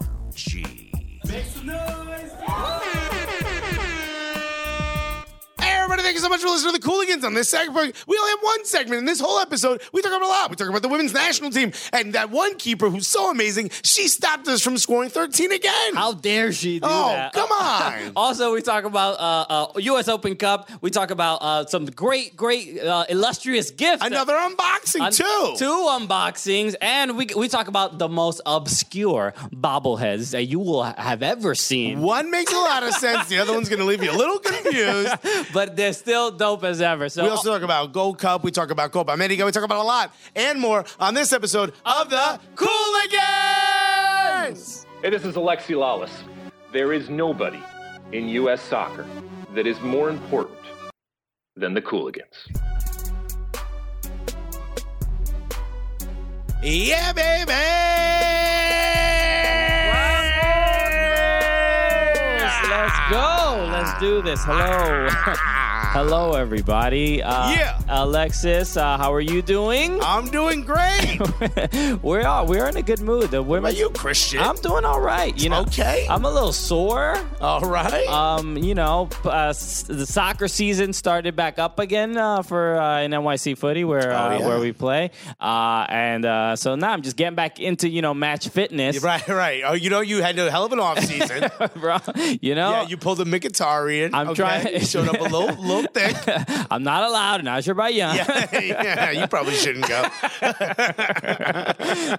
OMG. Hey, everybody, thank you so much for listening to the Cooligans on this segment. We only have one segment in this whole episode. We talk about a lot. We talk about the women's national team and that one keeper who's so amazing. She stopped us from scoring 13 again. How dare she do Oh, that? come on. also, we talk about uh, uh, U.S. Open Cup. We talk about uh, some great, great, uh, illustrious gifts. that- Another unboxing, Un- too. Two unboxings, and we we talk about the most obscure bobbleheads that you will have ever seen. One makes a lot of sense. The other one's going to leave you a little confused. But they're still dope as ever. So We also talk about Gold Cup. We talk about Copa America. We talk about a lot and more on this episode of the Cooligans. Hey, this is Alexi Lawless. There is nobody in U.S. soccer that is more important than the Cooligans. Yeah, baby. uh, let's go. Let's do this. Hello. Hello, everybody. Uh, Yeah. Uh, Alexis, uh, how are you doing? I'm doing great. we are we're in a good mood. The women. Are you Christian? I'm doing all right. You know. Okay. I'm a little sore. All right. Um, you know, p- uh, s- the soccer season started back up again uh, for uh, in NYC Footy, where Oh, uh, yeah. where we play, uh, and uh, so now I'm just getting back into you know match fitness, right, right. Oh, you know, you had a hell of an off season. bro. You know, yeah, you pulled a Mkhitaryan. I'm okay? trying- You showed up a little, little thick. I'm not allowed in Azerbaijan. Yeah, yeah, you probably shouldn't go.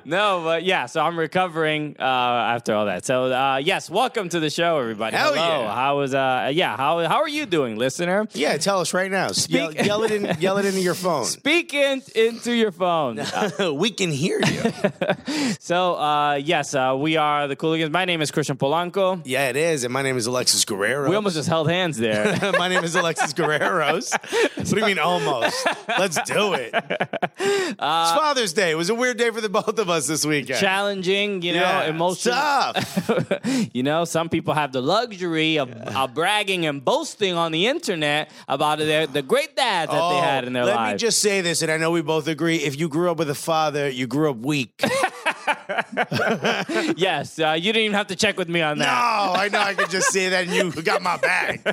No, but yeah, so I'm recovering uh, after all that. So uh, yes, welcome to the show, everybody. Hell Hello. yeah. How is uh yeah how how are you doing, listener? Yeah, tell us right now. Yell, yell it in, yell it into your phone. Speak in, into your phone. we can hear you. so uh, yes, uh, we are the Cooligans. My name is Christian Polanco. Yeah, it is. And my name is Alexis Guerrero. We almost just held hands there. my name is Alexis Guerreros. What do you mean almost? Let's do it. it's Father's Day. It was a weird day for the both of us this weekend. Challenging, you know, yeah, emotional. Tough. you know, some people have the luxury of, of bragging and boasting on the internet about their the great dads that they had in their Oh, let lives. me just say this, and I know we both agree. If you grew up with a father, you grew up weak. no, yes, uh, you didn't even have to check with me on that. I know I could just say that, and you got my back.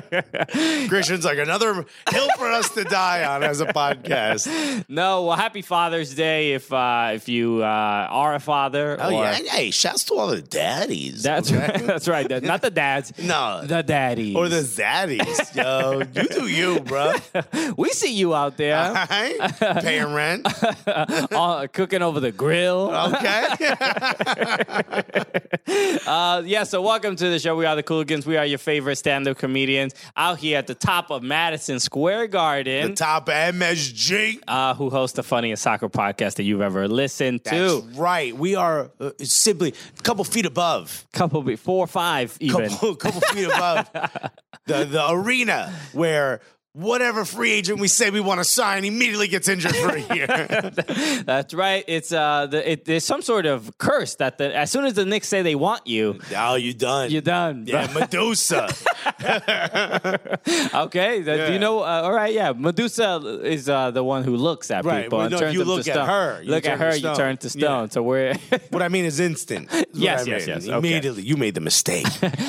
Christian's like another hill for us to die on as a podcast. No, well, happy Father's Day if uh, if you uh, are a father. Oh or- yeah, hey, shouts to all the daddies. that's okay? right. That's right. That- Not the dads. No. the daddies. or the zaddies, yo. You do you, bro. we see you out All there right, paying rent. uh, cooking over the Oh, grill. Okay. Uh, yeah. So welcome to the show. We are the Cooligans. We are your favorite stand-up comedians out here at the top of Madison Square the Garden. top of MSG. uh, who hosts the funniest soccer podcast that you've ever listened That's to? right. We are uh, simply a couple feet above. Couple, be- four or five, even. Couple, couple feet above the, the arena where whatever free agent we say we want to sign immediately gets injured for a year. That's right. It's uh, the, it, there's some sort of curse that the, as soon as the Knicks say they want you, oh, you done. You're done. yeah, Medusa. Okay. th- Do Yeah. you know? Uh, all right. Yeah. Medusa is uh, the one who looks at Right, people well, and no, if turns you them look to at stone. her, you look turn at to her. You stone. turn to Yeah. stone. So we're. what I mean is instant. is what Yes, I yes, mean. yes. Okay. Immediately, you made the mistake.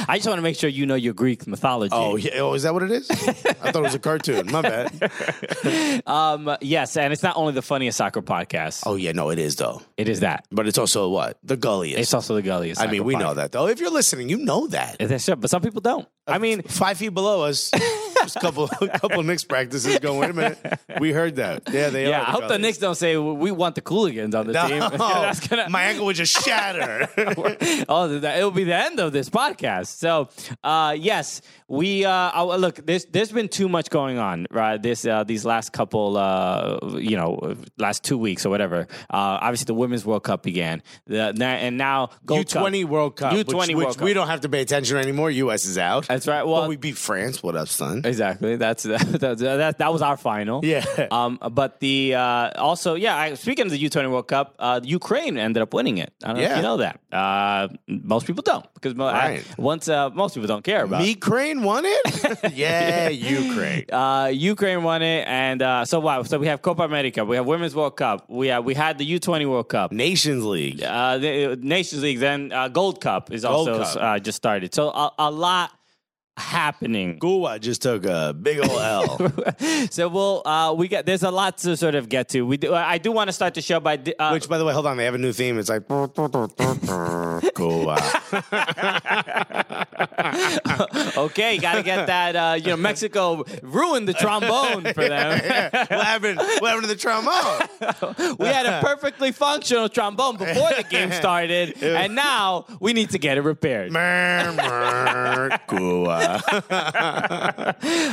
I just want to make sure you know your Greek mythology. Oh, yeah. Oh, is that what it is? I thought it was a cartoon. My bad. Um, yes, and it's not only the funniest soccer podcast. Oh, yeah. No, it is, though. It is that. But it's also what? The gulliest. It's also the gulliest. I mean, we know that, though. If you're listening, you know that. but some people don't. I mean, Five feet below us, there's a couple, a couple Knicks practices going. Wait a minute. We heard that. Yeah, they yeah. are. I hope the gulliest. Knicks don't say we want the Cooligans on the team. No, That's gonna- my ankle would just shatter. oh, that, it'll be the end of this podcast. So, uh, yes, we uh, I- look. There's there's been too much going on, right? This uh, these last couple, uh, you know, last two weeks or whatever. Uh, obviously, the Women's World Cup began, the, na- and now U Gold Cup. twenty World Cup. U20 which, World which we Cup. don't have to pay attention anymore. U.S. is out. That's right. But Well, we beat France. What up, son? exactly. That's that, that. That was our final. Yeah. Um. But the uh, also yeah. I, speaking of the U20 World Cup, uh, Ukraine ended up winning it. I don't know Yeah. if you know that. Uh, most people don't because mo- I- Right. once uh, most people don't care about. Me Crane won it? yeah, Ukraine. Uh, Ukraine won it, and uh, so wow. So we have Copa America, we have Women's World Cup, we have, we had the U twenty World Cup, Nations League. uh, the Nations League, then uh, Gold Cup is Gold also Cup. Uh, just started. So a, a lot happening. Goa just took a big ol' L. So we'll uh, we got there's a lot to sort of get to. We do, uh, I do want to start the show by di- uh, Which, by the way, hold on, they have a new theme. It's like Goa. okay, got to get that. Uh, you know, Mexico ruined the trombone for them. what happened? What happened to the trombone? we had a perfectly functional trombone before the game started, and now we need to get it repaired. Goa.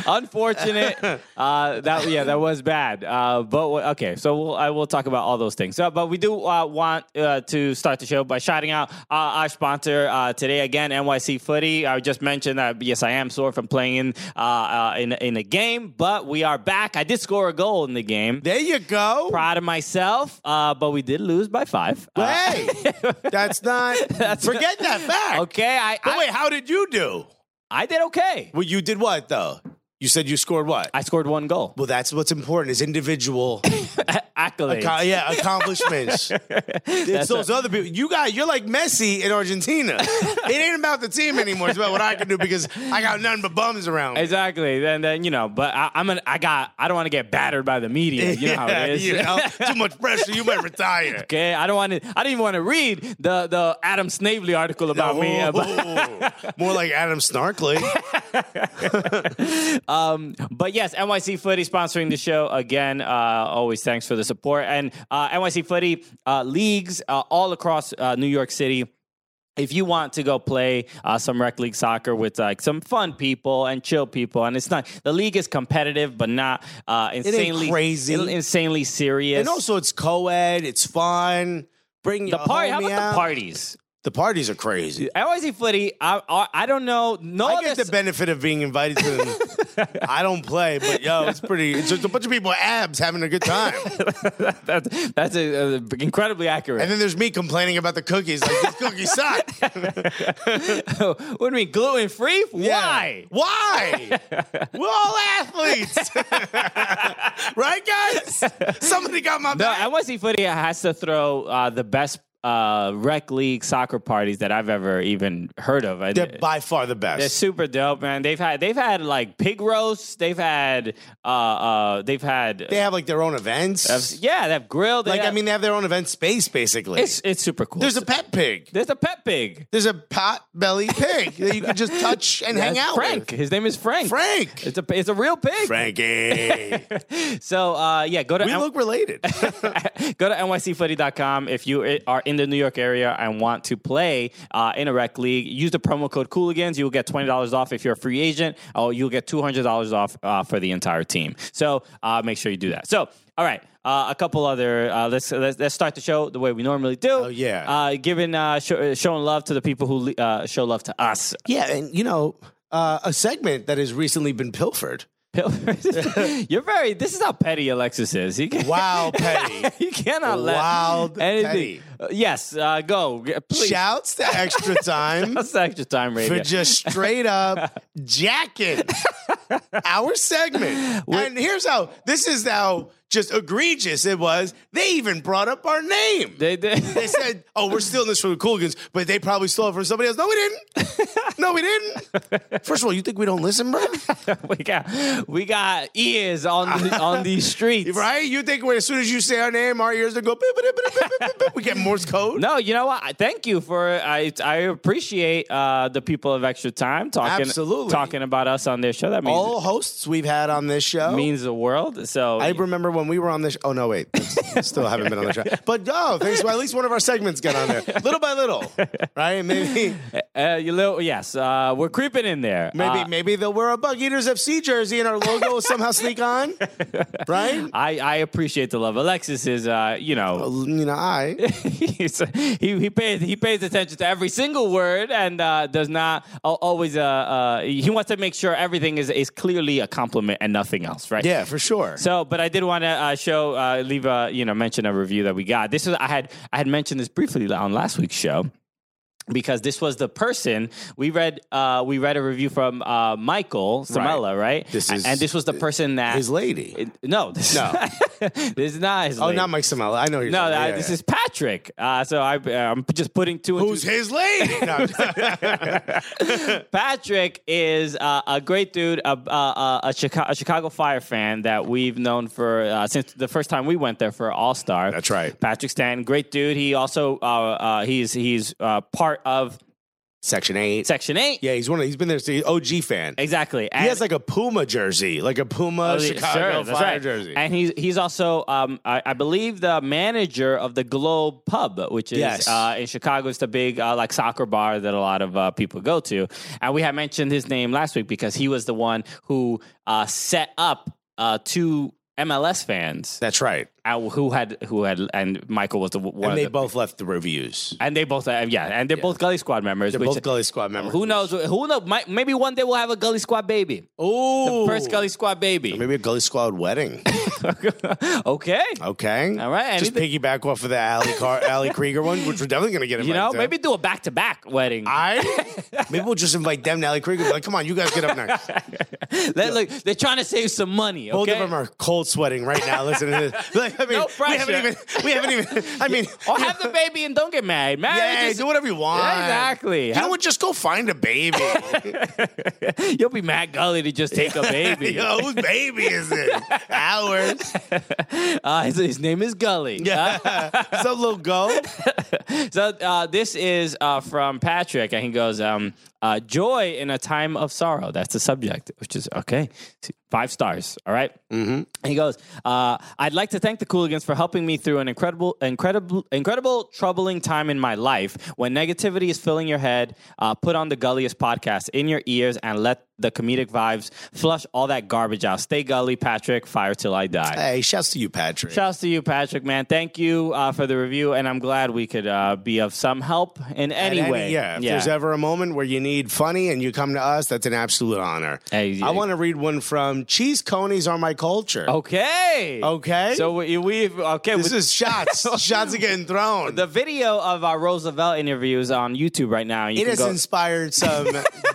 unfortunate. Uh, that yeah, that was bad. Uh, but w- okay, so we'll, I will talk about all those things. So, but we do uh, want uh, to start the show by shouting out uh, our sponsor uh, today again, NYC Footy. I just mentioned that yes, I am sore from playing in uh, uh, in in a game, but we are back. I did score a goal in the game. There you go. Proud of myself, uh, but we did lose by five. Uh, Hey, that's not. forget that fact. okay, I But I, wait, how did you do? I did okay. Well, you did what though? You said you scored what? I scored one goal. well, that's what's important is individual, Accolades. co- yeah, accomplishments. It's those other people. You got. You're like Messi in Argentina. it ain't about the team anymore. It's about what I can do because I got nothing but bums around. me. Exactly. Then, then you know, but I, I'm an, I got. I don't want to get battered by the media. You know how it is. you know, too much pressure. You might retire. Okay, I don't want to. I didn't even want to read the the Adam Snavely article about me. But, Oh, More like Adam Snarkley. but yes, NYC Footy sponsoring the show again. Uh, always thanks for the support and uh, NYC Footy uh, leagues uh, all across uh, New York City. if you want to go play uh, some rec league soccer with like some fun people and chill people, and it's not the league is competitive, but not uh, insanely crazy. in- insanely serious. and also, it's co-ed. It's fun. Bring the your party, how homie about out. the parties? The parties are crazy. NYC Footy, I, I, I don't know. No, I other get the s- benefit of being invited to them. I don't play, but yo, it's pretty. It's just a bunch of people with abs having a good time, that, that's a, a- incredibly accurate. and then there's me complaining about the cookies. Like these cookies suck. what do you mean, gluten free? Why? Why? We're all athletes, right, guys? Somebody got my No, back. NYC Footy has to throw uh, the best uh, rec league soccer parties that I've ever even heard of. I- They're by far the best. They're super dope, man. They've had they've had like pig roasts. They've had uh uh they've had they have like their own events. yeah they have grilled. like I mean, they have their own event space basically. it's it's super cool. There's a pet pig. there's a pet pig. There's a pot belly pig that you can just touch and hang That's out Frank. with. His name is Frank. Frank. It's a it's a real pig. Frankie. So uh yeah, go to we N- look related. go to nycfooty.com if you i- are in the New York area and want to play uh, in a rec league. Use the promo code Cooligans. You will get twenty dollars off if you're a free agent. Oh, you'll get two hundred dollars off uh, for the entire team. So uh, make sure you do that. So all right. Uh, a couple other. Uh, let's, let's let's start the show the way we normally do. Oh yeah. Uh, giving uh, show, showing love to the people who le- uh, show love to us. yeah, and you know, uh, a segment that has recently been pilfered. You're very. This is how petty Alexis is. He can, Wow, petty. you cannot let Wild anything. petty. Uh, yes. Uh, go. G- Please. Shouts to extra time That's the extra time for radio. just straight up jacking our segment. and here's how this is how just egregious it was. They even brought up our name. They did. They said, "Oh, we're stealing this from the Cooligans, but they probably stole it from somebody else." No, we didn't. No, we didn't. First of all, you think we don't listen, bro? we got we got ears on the, on these streets. Right? You think when as soon as you say our name, our ears will go. "Beep, beep, beep, beep, beep, beep, beep." We get Morse code. No, you know what? I Thank you for I I appreciate uh, the people of Extra Time talking Absolutely. talking about us on their show. That means All hosts we've had on this show. means the world. So I remember when we were on this. Oh no, wait, That's- still haven't been on the show. But no, thanks. Well, at least one of our segments got on there, little by little, right? Maybe, uh, you little yes, uh, we're creeping in there. maybe, Uh, maybe they'll wear a Bug Eaters FC jersey and our logo will somehow sneak on, right? I, I appreciate the love. Alexis is, uh, you know, You know, I he's, he he pays he pays attention to every single word and uh, does not al- always. Uh, uh, he wants to make sure everything is is clearly a compliment and nothing else, right? Yeah, for sure. So, but I did want to uh, show, uh, leave a, you know, mention a review that we got. This is I had I had mentioned this briefly on last week's show because this was the person we read. Uh, we read a review from uh, Michael Samella, right. This is- and this was the person that His lady. it- no, this, No. this is not his. oh, lady. not Mike Samala. I know who you're. No, talking- I- yeah, this yeah. is Patrick. Uh, so I, I'm just putting two and two who's his lady. No, I'm just- Patrick is uh, a great dude, a, a, a, a, Chicago, a Chicago Fire fan that we've known for uh, since the first time we went there for All Star. That's right. Patrick Stanton, great dude. He also uh, uh, he's he's uh, part of Section eight. Section Eight. yeah, he's one. Of, he's been there. So he's OG fan. exactly. He has like a Puma jersey, like a Puma Oh, yeah, Chicago sure, that's Fire right. jersey. and he's he's also um, I, I believe the manager of the Globe Pub, which is Yes. uh, in Chicago. It's the big uh, like soccer bar that a lot of uh, people go to, and we had mentioned his name last week because he was the one who uh, set up uh, two MLS fans that's right. uh, who had who had and Michael was the one of And they the- both left the reviews. and they both uh, yeah and they're both Gully Squad members. They're which- both Gully Squad members. Who knows? Who knows? Might, maybe one day we'll have a Gully Squad baby. Oh, First Gully Squad baby. Maybe a Gully Squad wedding. okay. Okay. All right, Just piggyback off of the Alley, Car- Alley Krieger one, which we're definitely going to get You invited know, to. maybe do a back to back wedding. I maybe we'll just invite them to Alley Krieger. Like, come on, you guys get up next. They, look, they're trying to save some money. Both Okay. of them are cold sweating right now. Listen to this. Like, I mean, No we haven't pressure. even. We haven't even. I mean, or have the baby and don't get married. yeah, Marriage do whatever you want. Yeah, exactly. You Have- know what? Just go find a baby. is, you'll be mad gully to just take a baby. Yo, whose baby is it? Ours. Uh, his, his name is Gully. Yeah. What's up, little go? so uh, this is uh, from Patrick, and he goes, um, uh, "Joy in a time of sorrow." That's the subject, which is okay. Five stars. All right. And he goes, uh, I'd like to thank the Cooligans for helping me through an incredible, incredible, incredible, troubling time in my life. When negativity is filling your head, uh, put on the gulliest podcast in your ears and let the comedic vibes flush all that garbage out. Stay gully, Patrick. Fire till I die. Hey, shouts to you, Patrick. Shouts to you, Patrick, man. Thank you uh, for the review, and I'm glad we could uh, be of some help in At any any- way. yeah, if there's ever a moment where you need funny and you come to us, that's an absolute honor. Hey, I yeah. want to read one from Cheese Conies Are My Culture. okay. Okay. So we, we've okay. this with- is shots. shots are getting thrown. the video of our Roosevelt interviews on YouTube right now. You it can has go- inspired some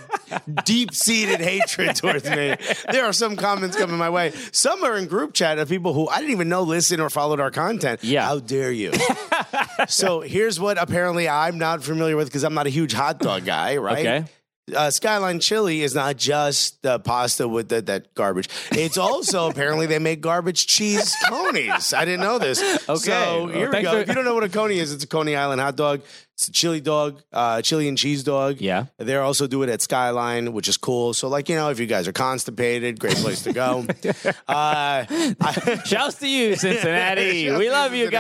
deep seated hatred towards me. There are some comments coming my way. Some are in group chat of people who I didn't even know listened or followed our content. Yeah. How dare you? so here's what apparently I'm not familiar with because I'm not a huge hot dog guy, right? Okay. uh, skyline chili is not just the pasta with the, that garbage. It's also apparently they make garbage cheese conies. I didn't know this. Okay, so Well, here we thanks go. for- if you don't know what a coney is, it's a Coney Island hot dog. It's a chili dog, uh, chili and cheese dog. Yeah. they also do it at Skyline, which is cool. So like you know, if you guys are constipated, great place to go. uh, I- Shouts to you, Cincinnati. Shouts we to love you Cincinnati.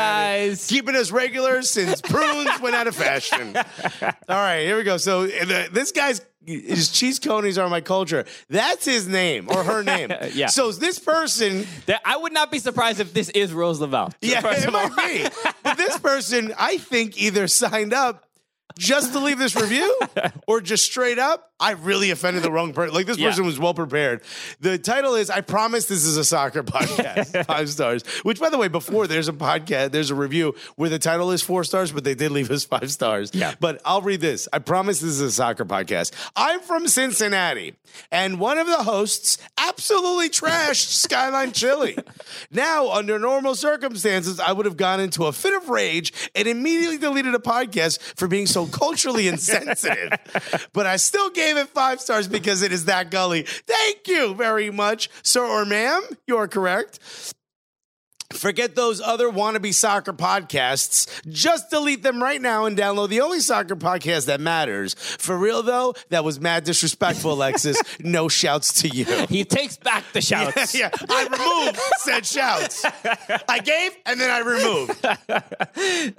guys. Keeping us regular since prunes went out of fashion. All right, here we go. So uh, the, this guy's his cheese conies are my culture. That's his name or her name. Yeah. So this person, That- I would not be surprised if this is Roosevelt. yeah, First it of all. might be. But this person, I think, either signed up. Just to leave this review, or just straight up, I really offended the wrong person. Like this Yeah. person was well prepared. The title is "I promise this is a soccer podcast." Five stars. Which, by the way, before there's a podcast, there's a review where the title is four stars, but they did leave us five stars. Yeah. But I'll read this. I promise this is a soccer podcast. I'm from Cincinnati, and one of the hosts absolutely trashed Skyline Chili. Now, under normal circumstances, I would have gone into a fit of rage and immediately deleted a podcast for being so culturally insensitive. But I still gave it five stars because it is that gully. Thank you very much, sir or ma'am. You are correct. Forget those other wannabe soccer podcasts. Just delete them right now and download the only soccer podcast that matters. For real, though, that was mad disrespectful, Alexis. No shouts to you. He takes back the shouts. yeah, I removed said shouts. I gave and then I removed.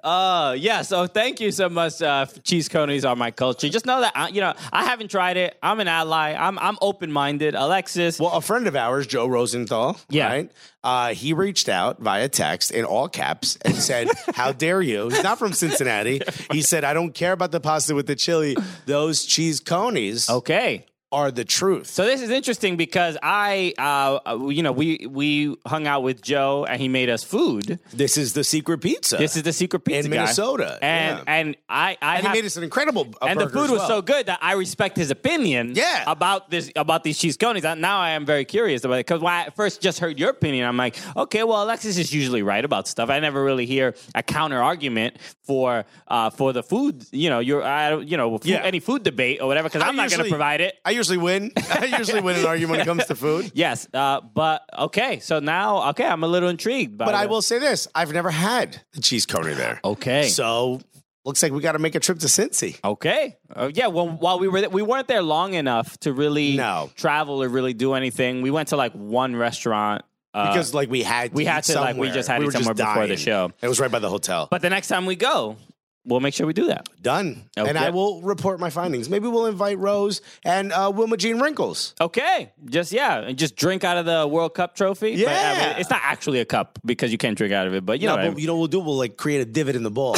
Uh, yeah. So thank you so much. Uh, f- cheese conies are my culture. Just know that I, you know I haven't tried it. I'm an ally. I'm I'm open minded. Alexis. Well, a friend of ours, Joe Rosenthal, Yeah. right? Uh, he reached out via text in all caps and said, How dare you? He's not from Cincinnati. He said, I don't care about the pasta with the chili. Those cheese conies okay. are the truth. Oh. So this is interesting because I, uh, you know, we we hung out with Joe and he made us food. this is the secret pizza. This is the secret pizza in guy. Minnesota. and yeah. and I I And he have- made us an incredible. uh, and the burger food as was well. so good that I respect his opinion. Yeah. about this about these cheese conies. Uh, Now I am very curious about it because when I first just heard your opinion, I'm like, okay, well Alexis is usually right about stuff. I never really hear a counter argument for uh, for the food. You know, your I, don't- you know food, Yeah. any food debate or whatever because I I'm not going to usually- provide it. I usually win. I usually win an argument when it comes to food. Yes, uh, but okay. So now, okay, I'm a little intrigued. By But I the- will say this: I've never had the cheese coney there. Okay. So looks like we got to make a trip to Cincy. Okay. Uh, yeah. Well, while we were there, we weren't there long enough to really No. travel or really do anything. We went to like one restaurant. Uh, Because like we had, we to had eat to, like, we somewhere. just had to were somewhere before the dying. show. It was right by the hotel. but the next time we go, we'll make sure we do that. Done. And Okay. I will report my findings. Maybe we'll invite Rose and uh, Wilma Jean Wrinkles. Okay. Just yeah, and just drink out of the World Cup trophy. But, uh, Yeah. it's not actually a cup because you can't drink out of it. But you No, know. what I but you know what we'll do? We'll like create a divot in the ball.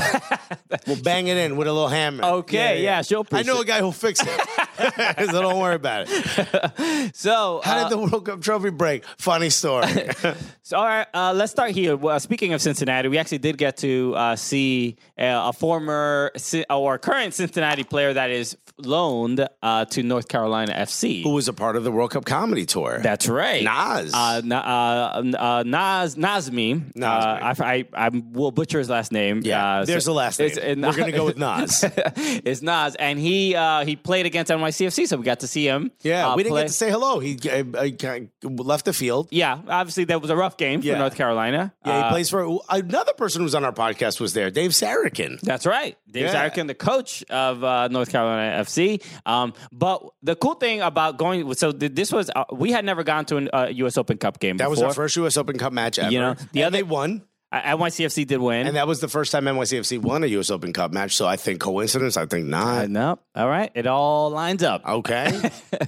we'll bang it in with a little hammer. Okay, yeah, she'll I know appreciate- a guy who'll fix it. so don't worry about it. mean? so How uh, did the World Cup trophy break? Funny story. So, all right, uh, let's start here. Well, speaking of Cincinnati, we actually did get to uh, see uh, a former Ci- or current Cincinnati player that is loaned uh, to North Carolina FC. Who was a part of the World Cup comedy tour? That's right. Nas. Uh, Na- uh, uh, Nas Nazmi. Uh, I, Nazmi. I, I will butcher his last name. yeah, Uh, there's so- the last name. it's- and- We're gonna go with Nas. it's Nas, and he uh, he played against NYCFC, so we got to see him. Yeah, uh, we didn't play. get to say hello. He uh, uh, kind of left the field. Yeah, obviously that was a rough game Yeah. for North Carolina. Yeah, he Uh, plays for another person who was on our podcast was there, Dave Sarakin. That's right. Dave Yeah. Zarkin, the coach of uh, North Carolina FC. Um, but the cool thing about going, so th- this was, uh, we had never gone to an uh, U.S. Open Cup game That was before. our first U.S. Open Cup match ever. You know, the and other- they won, Uh, NYCFC did win. and that was the first time NYCFC won a U.S. Open Cup match. So I think coincidence. I think Uh, not. no, all right. It all lines up. Oh. Okay,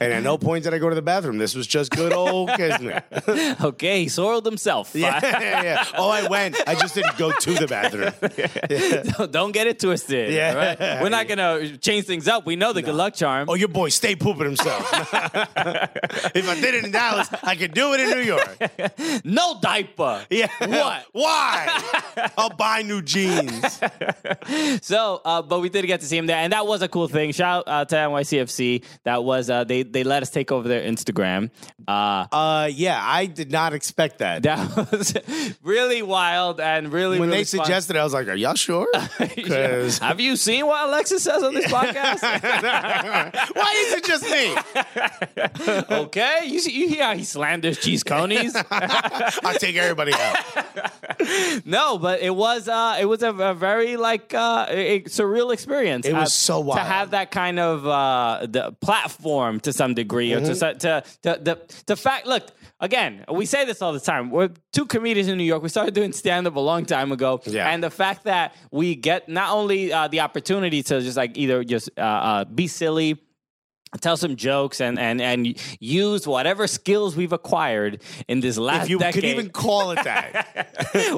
and at no point did I go to the bathroom. This was just good old kismet. Okay, he soiled himself. yeah, yeah, yeah. Oh, I went. I just didn't go to the bathroom. Don't get it twisted. Yeah. all right? We're not going to change things up. We know the good luck charm. Oh, your boy stay pooping himself. if I did it in Dallas, I could do it in New York. No diaper. Yeah. What? Why? I'll buy new jeans. So, uh, but we did get to see him there, and that was a cool thing. Shout out to NYCFC. That was uh, they they let us take over their Instagram. Uh, Uh, yeah, I did not expect that. that was really wild and really when really they suggested it, I was like, "Are y'all sure?" fun. 'Cause- Have you seen what Alexis says on this podcast? Why is it just me? okay, you see, you hear how he slanders cheese conies? I'll take everybody out. no, but it was uh, it was a, a very like uh, a- a surreal experience. It was Uh, so to wild. have that kind of uh, the platform to some degree, or Mm-hmm. to su- to to the to fact. Look again, we say this all the time. We're two comedians in New York. We started doing stand up a long time ago, Yeah. and the fact that we get not only uh, the opportunity to just like either just uh, uh, be silly tell some jokes and and and use whatever skills we've acquired in this last If you decade could even call it that,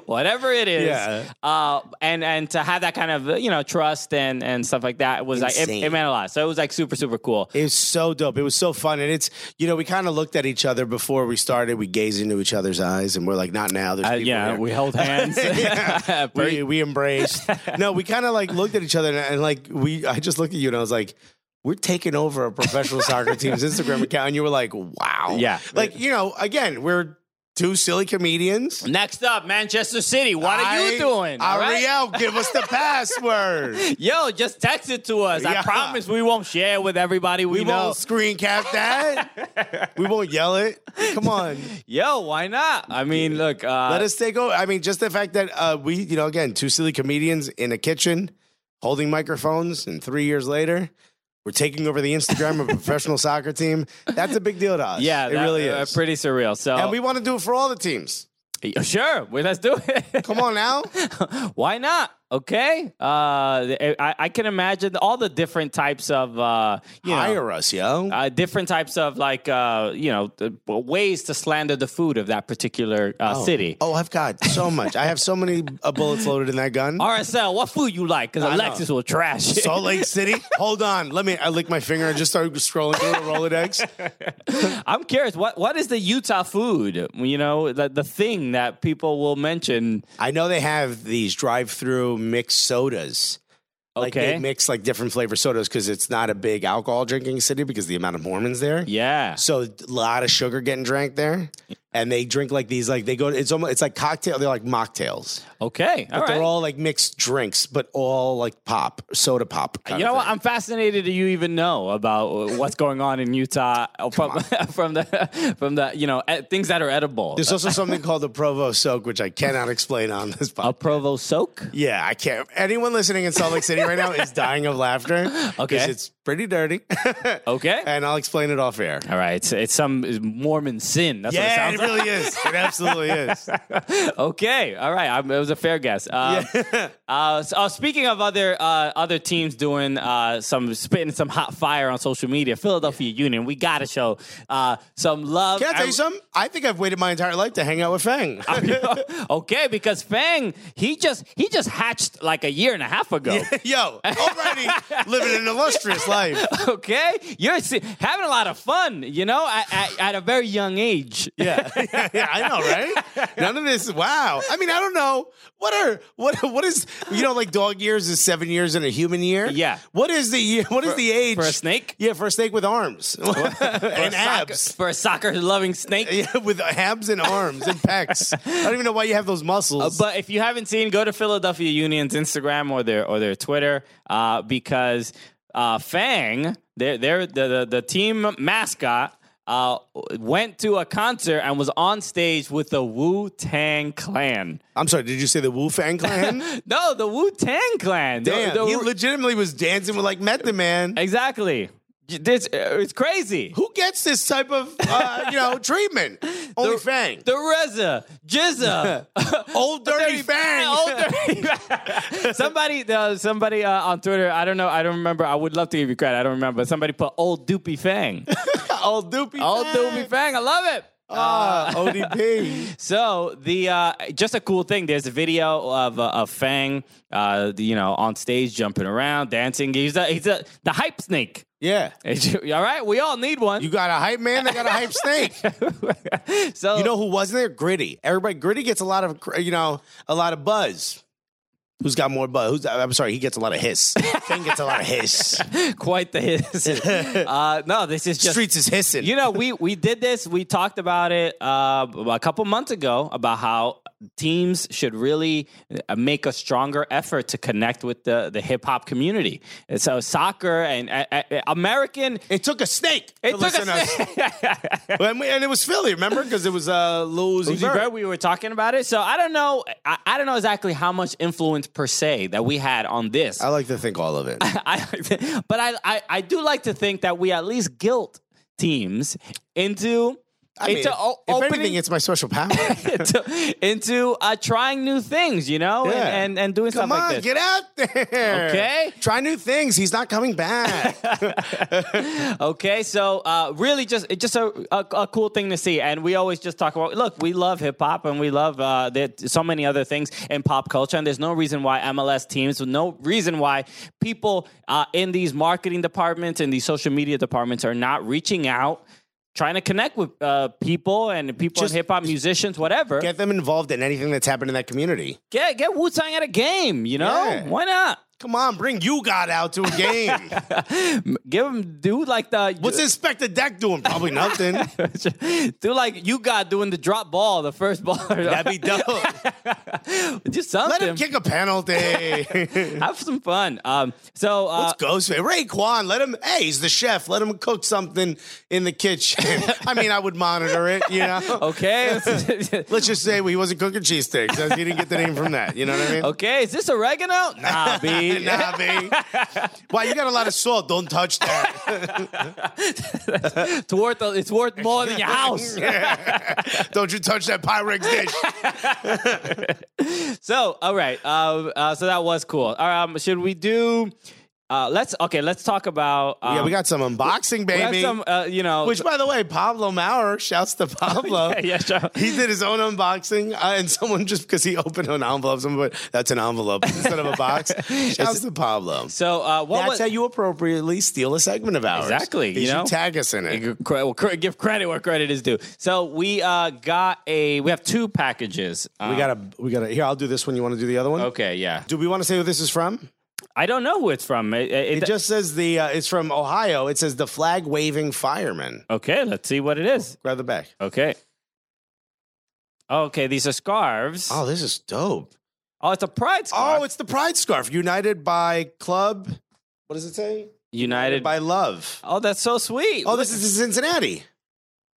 whatever it is Yeah. uh and and to have that kind of you know trust and and stuff like that was like Insane. it, it meant a lot so it was like super super cool it was so dope. It was so fun, and it's you know we kind of looked at each other before we started. We gazed into each other's eyes, and we're like, "Not now." There's Uh, people yeah here. we held hands Yeah. Very- we, we embraced. no, we kind of like looked at each other and, and, like we. I just looked at you and I was like, "We're taking over a professional soccer team's Instagram account," and you were like, "Wow, Yeah. Like you know, again, we're two silly comedians. next up manchester city what are I- you doing all right? Ariel, give us the password. yo just text it to us i Yeah. promise we won't share with everybody we, We know won't screen cap that. we won't yell it. Come on. yo why not i mean look uh Let us take over. I mean, just the fact that uh, we, you know, again, two silly comedians in a kitchen holding microphones, and three years later, we're taking over the Instagram of a professional soccer team. That's a big deal to us. yeah, it that- really uh, is. pretty surreal. So and we want to do it for all the teams. Sure, well, let's do it. Come on now. Why not? Okay, uh, th- I, I can imagine all the different types of uh, you know, Hire us, yo. uh, different types of like uh, you know the, ways to slander the food of that particular uh, city. Oh, I've got so much. I have so many uh, bullets loaded in that gun. RSL, what food you like? Because I know. Alexis will trash it. Salt Lake City. Hold on. Let me. I lick my finger and just started scrolling through a Rolodex. I'm curious, what what is the Utah food? You know, the, the thing that people will mention. I know they have these drive-through mixed sodas. Like Okay, they mix like different flavor sodas because it's not a big alcohol drinking city because the amount of Mormons there. yeah, So a lot of sugar getting drank there, and they drink like these. Like they go. It's almost. It's like cocktail. They're like mocktails. okay, all But right. they're all like mixed drinks, but all like pop, soda pop. kind you of know what? thing. I'm fascinated that you even know about what's going on in Utah from from the from the you know eh, things that are edible. There's also something called the Provo soak, which I cannot explain on this a podcast. Provo soak. Yeah, I can't. Anyone listening in Salt Lake City right now is dying of laughter. Okay. Because it's pretty dirty. Okay. and I'll explain it off air. all right, it's, it's some Mormon sin. That's what it Yeah, sounds it really is. It absolutely is. Okay, all right. I'm, it was a fair guess. Uh, uh, so, uh, speaking of other uh, other teams doing uh, some spitting some hot fire on social media, Philadelphia Union, we gotta show uh, some love. Can I tell you something? I think I've waited my entire life to hang out with Fang. okay, because Fang he just he just hatched like a year and a half ago. Yo, already living an illustrious life. okay, you're se- having a lot of fun, you know, at, at, at a very young age. Yeah. yeah, I know, right? None of this. Wow. I mean, I don't know. What are what what is you know like dog years is seven years in a human year. Yeah. What is the year? What is the age for a snake? Yeah, for a snake with arms and abs. for a soccer loving snake. Yeah, with abs and arms and pecs. I don't even know why you have those muscles. Uh, But if you haven't seen, go to Philadelphia Union's Instagram or their or their Twitter uh, because uh, Fang, their their the, the the team mascot. Uh, went to a concert and was on stage with the Wu Tang Clan. I'm sorry. Did you say the Wu Fang Clan? No, the Wu Tang Clan. The- Damn, the- he legitimately was dancing with like Method Man. exactly. This uh, it's crazy. Who gets this type of uh, you know treatment? Only Fang. The Reza, Jizza, old dirty, Fang. Old dirty. somebody, uh, somebody uh, on Twitter. I don't know. I don't remember. I would love to give you credit. I don't remember. But somebody put old doopy fang. old doopy. old Fang. doopy fang. I love it. Ah, ODP. So the uh, just a cool thing. There's a video of uh, of Fang, uh, you know, on stage jumping around, dancing. He's a, he's a, the hype snake. yeah. all right, we all need one. You got a hype man, I got a hype snake. so You know who wasn't there? Gritty. Everybody, Gritty gets a lot of, cr- you know, a lot of buzz. Who's got more buzz? Who's, I'm sorry, he gets a lot of hiss. Fang gets a lot of hiss. quite the hiss. uh, no, this is just Streets is hissing. You know, we we did this. We talked about it uh, a couple months ago about how teams should really uh, make a stronger effort to connect with the the hip hop community. And so soccer and uh, uh, American. it took a snake. It to took us. listen to us. and, we- and it was Philly, remember? Because it was uh, Lil Uzi Uzi Vert. Vert, we were talking about it, so I don't know. I, I don't know exactly how much influence per se that we had on this. I like to think all of it. I, but I, I, I do like to think that we at least guilt teams into I mean, into o- if opening anything, it's my special power. into, into uh, trying new things, you know, Yeah. and, and and doing Come stuff on, like this. get out there. Okay. Try new things. He's not coming back. Okay, so uh, really, just it's just a, a, a cool thing to see, and we always just talk about. Look, we love hip hop, and we love uh, there, so many other things in pop culture, and there's no reason why MLS teams, no reason why people uh, in these marketing departments and these social media departments are not reaching out. Trying to connect with uh, people and people Just- in hip hop, musicians, whatever. get them involved in anything that's happened in that community. Get get Wu Tang at a game, you know? Yeah. Why not? Come on, bring you God out to a game. Give him do like the What's Inspector Deck doing? Probably nothing. do like you got doing the drop ball, the first ball. That'd be dope. Just Let something. him kick a penalty. Have some fun. Um, so uh, Let's go. Ray Kwan, let him. Hey, he's the chef. Let him cook something in the kitchen. I mean, I would monitor it, you know? okay, Let's just say he wasn't cooking cheesesteaks. He didn't get the name from that. You know what I mean? okay. Is this oregano? Nah, B. Navi. Why you got a lot of salt? Don't touch that. it's worth it's worth more than your house. Don't you touch that Pyrex dish. So, all right. Uh, uh, so that was cool. All right, um, should we do? Uh, let's okay. Let's talk about. Um, yeah, we got some unboxing, we got baby. some. Uh, you know, Which, by the way, Pablo Maurer, shouts to Pablo. yeah, yeah, sure. He did his own unboxing, uh, and someone just because he opened an envelope, someone put, that's an envelope instead of a box. Shouts to Pablo. so uh, what that's was how you appropriately steal a segment of ours. Exactly, You, you should know? tag us in it. Cre- well, cre- give credit where credit is due. So we uh, got a. We have two packages. Um, We gotta, we gotta. Here, I'll do this one. You want to do the other one? Okay, yeah. Do we want to say who this is from? I don't know who it's from. It, it- It just says the. Uh, it's from Ohio. It says the flag waving fireman. okay, let's see what it is. Grab the back. Okay. Okay, these are scarves. Oh, this is dope. Oh, it's a pride scarf. Oh, it's the pride scarf. United by club. What does it say? United. by love. oh, that's so sweet. Oh, this is in Cincinnati.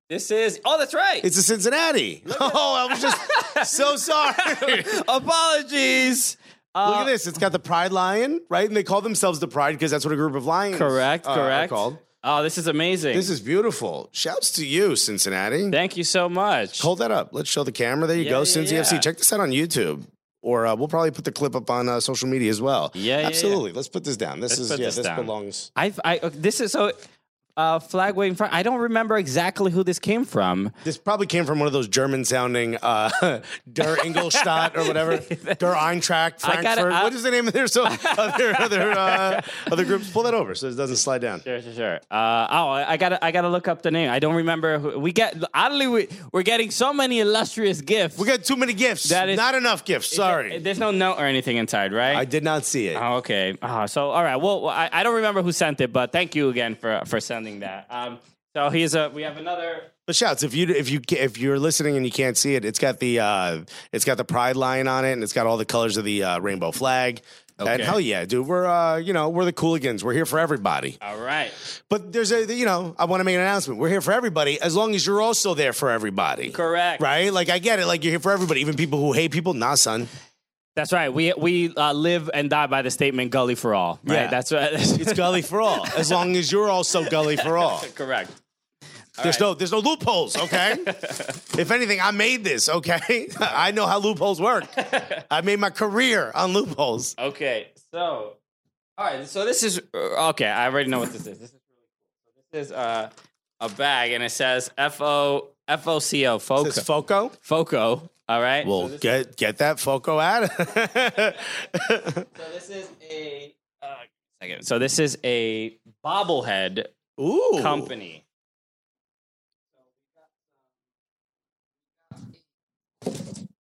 This is. Oh, that's right. It's a Cincinnati. Oh, I was just so sorry. Apologies. Uh, Look at this. It's got the Pride Lion, right? And they call themselves the Pride because that's what a group of lions Correct. uh, are correct. called. Oh, this is amazing. This is beautiful. Shouts to you, Cincinnati. Thank you so much. Hold that up. Let's show the camera. There you Yeah, go, yeah, Cincy yeah. FC. Check this out on YouTube. Or uh, we'll probably put the clip up on uh, social media as well. Yeah, yeah, yeah. absolutely. Let's put this down. This Let's is put yeah. this This down. belongs. I've, I uh, this is so uh, flag waving front. I don't remember exactly who this came from. This probably came from one of those German-sounding uh, Der Ingolstadt or whatever, Der Eintracht I Frankfurt. gotta- I- what is the name of their so other other uh, other groups? Pull that over so it doesn't slide down. Sure, sure, sure. Uh, oh, I I gotta, I gotta look up the name. I don't remember. Who, we get oddly, we, we're getting so many illustrious gifts. We got too many gifts. That is- not enough gifts. Sorry, There's no note or anything inside, right? I did not see it. Oh, okay. Oh, so, all right. Well, well, I, I don't remember who sent it, but thank you again for for sending that. Um, so here's a. We have another. But shouts if you if you ca- if you're listening and you can't see it, it's got the uh, it's got the pride lion on it, and it's got all the colors of the uh, rainbow flag. And Okay. hell yeah, dude, we're uh, you know we're the Cooligans. We're here for everybody. All right. But there's a you know I want to make an announcement. We're here for everybody as long as you're also there for everybody. Correct. Right? Like I get it. Like you're here for everybody, even people who hate people. Nah, son. That's right. We we uh, live and die by the statement "Gully for all." Right. Yeah. That's right. It's gully for all. As long as you're also gully for all. correct. There's no there's no loopholes, okay? if anything, I made this, okay? I know how loopholes work. I made my career on loopholes. Okay. So, all right. So this is uh, okay. I already know what this is. This is really cool. So this is uh, a bag, and it says F O F O C O Foco. This Foco. Foco. All right. Well, get get that Foco out. of- So this is a. Uh, second. So this is a bobblehead Ooh. company.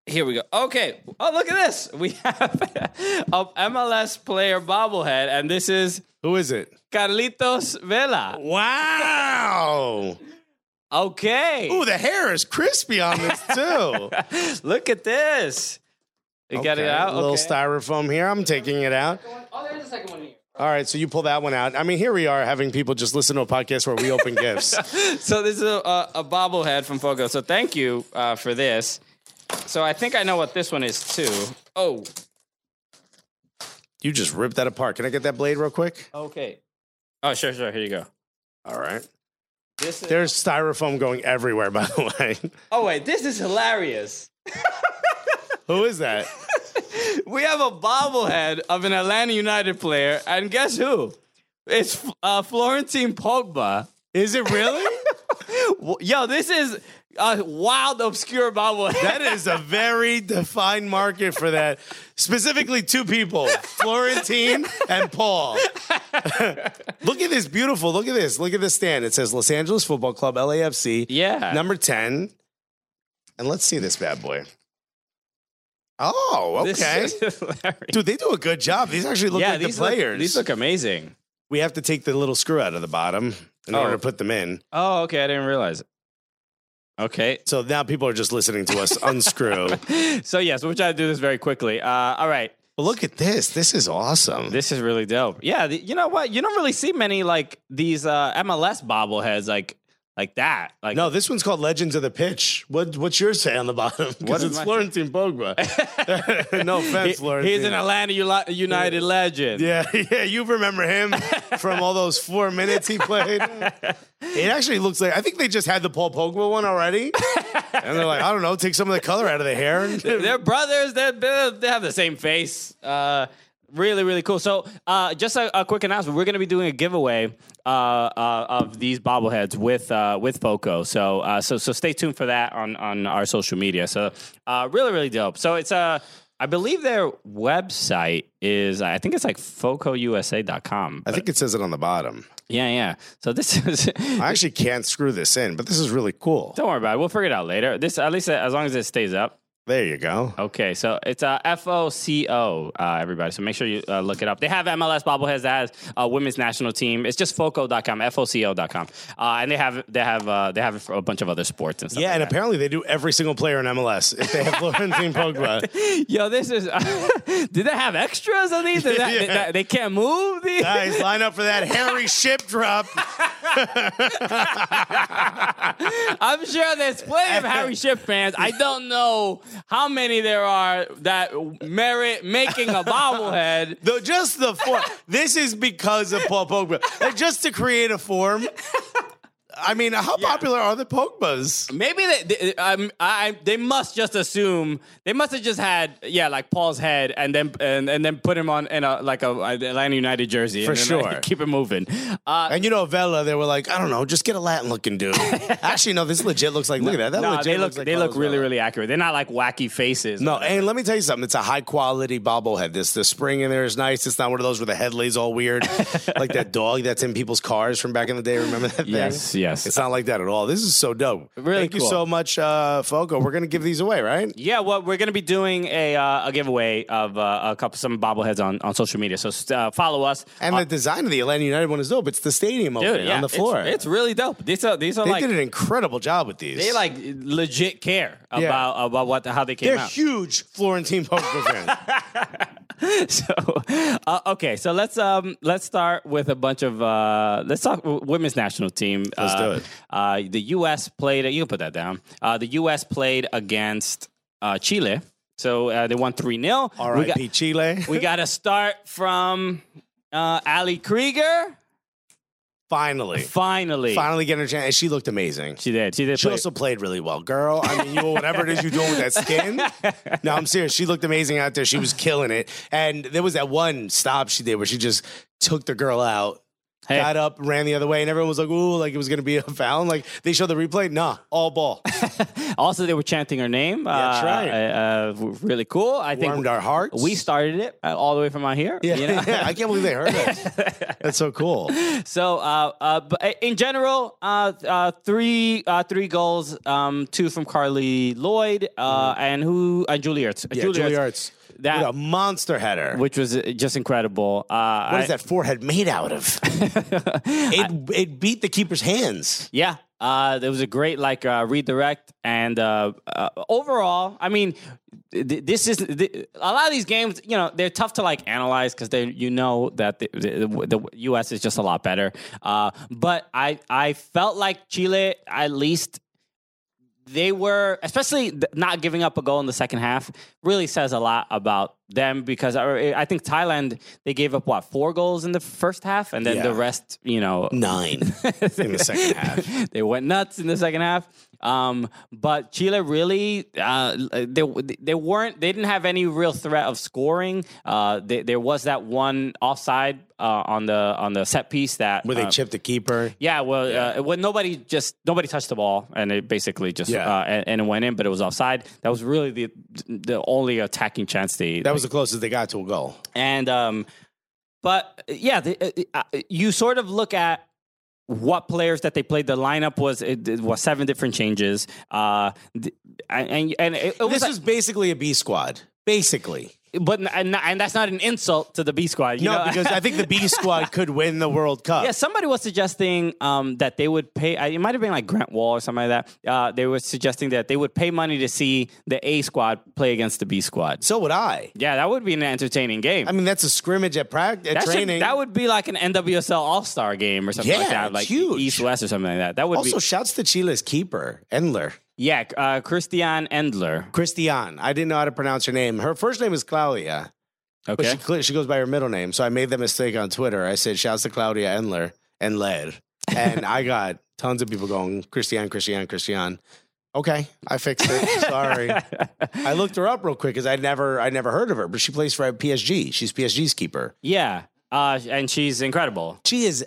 Here we go. Okay. Oh, look at this. We have a MLS player bobblehead, and this is Who is it? Carlitos Vela. Wow. Okay. Ooh, the hair is crispy on this too. Look at this. You got it Okay, out? A little Okay. styrofoam here. I'm taking it out. Oh, there's a second one here. All right, so you pull that one out. I mean, here we are having people just listen to a podcast where we open gifts. So this is a, a, a bobblehead from Fogo. So thank you uh, for this. So I think I know what this one is too. Oh, You just ripped that apart. Can I get that blade real quick? okay. Oh, sure, sure. Here you go. All right. This is, There's styrofoam going everywhere, by the way. oh wait, this is hilarious. Who is that? We have a bobblehead of an Atlanta United player, and guess who? It's uh, Florentine Pogba. Is it really? W- Yo, this is a wild, obscure bobblehead. That is a very defined market for that. Specifically, two people, Florentine and Paul. look at this beautiful. Look at this. Look at this stand. It says Los Angeles Football Club, LAFC. Yeah. Number 10. And let's see this bad boy. Oh, This okay. is hilarious. Dude, they do a good job. These actually look yeah, like these the players. Look, these look amazing. we have to take the little screw out of the bottom in Oh. order to put them in. Oh, okay. I didn't realize it. Okay. So now people are just listening to us unscrew. but So, yes, we'll try to do this very quickly. Uh, all right. look at this. This is awesome. This is really dope. Yeah. The, you know what? You don't really see many like these uh, MLS bobbleheads. Like, like that. Like No, this one's called Legends of the Pitch. What what's yours say on the bottom? What Because is it's my- Florentine Pogba. no he- offense, Florentine. he's an Atlanta Uli- United legend. Yeah, yeah, you remember him from all those four minutes he played. It actually looks like I think they just had the Paul Pogba one already, and they're like, I don't know, take some of the color out of the hair. They're brothers. They're, they're- they have the same face. Uh, really, really cool. So, uh, just a, a quick announcement: we're going to be doing a giveaway uh, uh, of these bobbleheads with uh, with Foco. So, uh, so so stay tuned for that on on our social media. So, uh, really, really dope. So it's Uh, I believe their website is, I think it's like focousa.com. I think it says it on the bottom. Yeah, yeah. So this is, I actually can't screw this in, but this is really cool. don't worry about it. We'll figure it out later. This, at least as long as it stays up. There you go. Okay, so it's uh, F O C O, uh, everybody. So make sure you uh, look it up. They have MLS bobbleheads that has uh, women's national team. It's just foco.com, F O C O.com. Uh, and they have they have uh, they have it for a bunch of other sports and stuff. Yeah, like and that. apparently they do every single player in MLS if they have Florentine Pogba. yo, this is. did they have extras on these? Did that- Yeah. that- they can't move these. Guys, line up for that hairy ship drop. I'm sure there's plenty of Harry Ship fans. I don't know how many there are that merit making a bobblehead. Though just the form. this is because of Paul Pogba. Like just to create a form. I mean, how popular are the Pogbas? Maybe they, they, um, I, they must just assume they must have just had yeah like Paul's head and then and, and then put him on in a like a Atlanta United jersey and For then, like, sure. keep it moving. Uh, And you know, Vela, they were like, I don't know, just get a Latin looking dude. Actually, no, this legit looks like. Look at that. That nah, legit they look looks like they look Carlos really Vela. really accurate. They're not like wacky faces. No, and let me tell you something. It's a high quality bobblehead. This the spring in there is nice. It's not one of those where the head lays all weird, like that dog that's in people's cars from back in the day. Remember that? Yes, thing? yes. It's not like that at all. This is so dope. Really Thank you cool. so much, uh, Foco. We're gonna give these away, right? Yeah, well, we're going to be doing a, uh, a giveaway of uh, a couple some bobbleheads on, on social media. So uh, follow us. And Uh, the design of the Atlanta United one is dope. It's the stadium dude, opening yeah, on the it's- floor. It's, really dope. These are these are they like did an incredible job with these. they like legit care about Yeah. about what how they came They're out. huge Florentine Pogba fans. so uh, okay so let's um let's start with a bunch of uh let's talk w- women's national team Let's uh, do it. uh the us played you can put that down uh the us played against uh chile so uh, they won 3-0 we got, R.I.P. Chile. we got to start from uh ali krieger Finally, finally finally getting a chance. And she looked amazing. she did she did She play. also played really well, girl. I mean, you whatever it is you're doing with that skin. No, I'm serious. She looked amazing out there. She was killing it. And there was that one stop she did where she just took the girl out, Hey. got up, ran the other way, and everyone was like, "Ooh, like it was gonna be a foul." And, like they showed the replay. Nah, all ball. also they were chanting her name That's uh, right. uh, uh, w- really cool i think Warmed our hearts. we started it uh, all the way from out here Yeah, you know? yeah, I can't believe they heard it. That's so cool. So, uh, uh, but in general, uh, uh, three uh, three goals, um, two from Carly Lloyd, uh, and who uh, Julie Ertz. Mm-hmm. Yeah, Julie Julie Ertz, Arts. That- What a monster header. What which was uh, just incredible. Uh, is that forehead made out of? it, it beat the keeper's hands. Yeah, uh, there was a great like uh, redirect, and uh, uh, overall, I mean, th- this is th- a lot of these games. You know, they're tough to like analyze because they you know that the, the, the U.S. is just a lot better. Uh, but I I felt like Chile at least. They were, especially th- not giving up a goal in the second half, really says a lot about them because I, I think Thailand, they gave up what, four goals in the first half? And then the Yeah. rest, you know, Nine in the second half. they went nuts in the second half. Um, but Chile really, uh, they they weren't they didn't have any real threat of scoring. Uh, they, there was that one offside uh, on the on the set piece that Where they uh, chipped the keeper. yeah, well, Uh, well, nobody just nobody touched the ball, and it basically just Yeah. uh, and, and it went in, but it was offside. That was really the the only attacking chance they That was the closest they got to a goal. and um, but yeah, the, uh, uh, you sort of look at what players that they played. The lineup was it, it was seven different changes. Uh, th- and and it, it was This like- was basically a B squad. Basically. but and, and that's not an insult to the B squad. You No, know? because I think the B squad could win the World Cup. Yeah, somebody was suggesting um, that they would pay. I- It might have been like Grant Wall or something like that. Uh, they were suggesting that they would pay money to see the A squad play against the B squad. So would I. Yeah, that would be an entertaining game. I mean, that's a scrimmage at practice, at that, should- training. that would be like an NWSL All Star game or something Yeah, like that, it's like huge. East West or something like that. That would also, be shouts to Chile's keeper, Endler. yeah, uh, Christian Endler. Christian. I didn't know how to pronounce her name. Her first name is Claudia, but Okay, Oh, she, cle- she goes by her middle name. So I made that mistake on Twitter. I said, shouts to Claudia Endler and Led. And I got tons of people going, Christian, Christian, Christian. Okay, I fixed it. Sorry. I looked her up real quick because I never, I never heard of her, but she plays for PSG. She's PSG's keeper. yeah, uh, and she's incredible. She is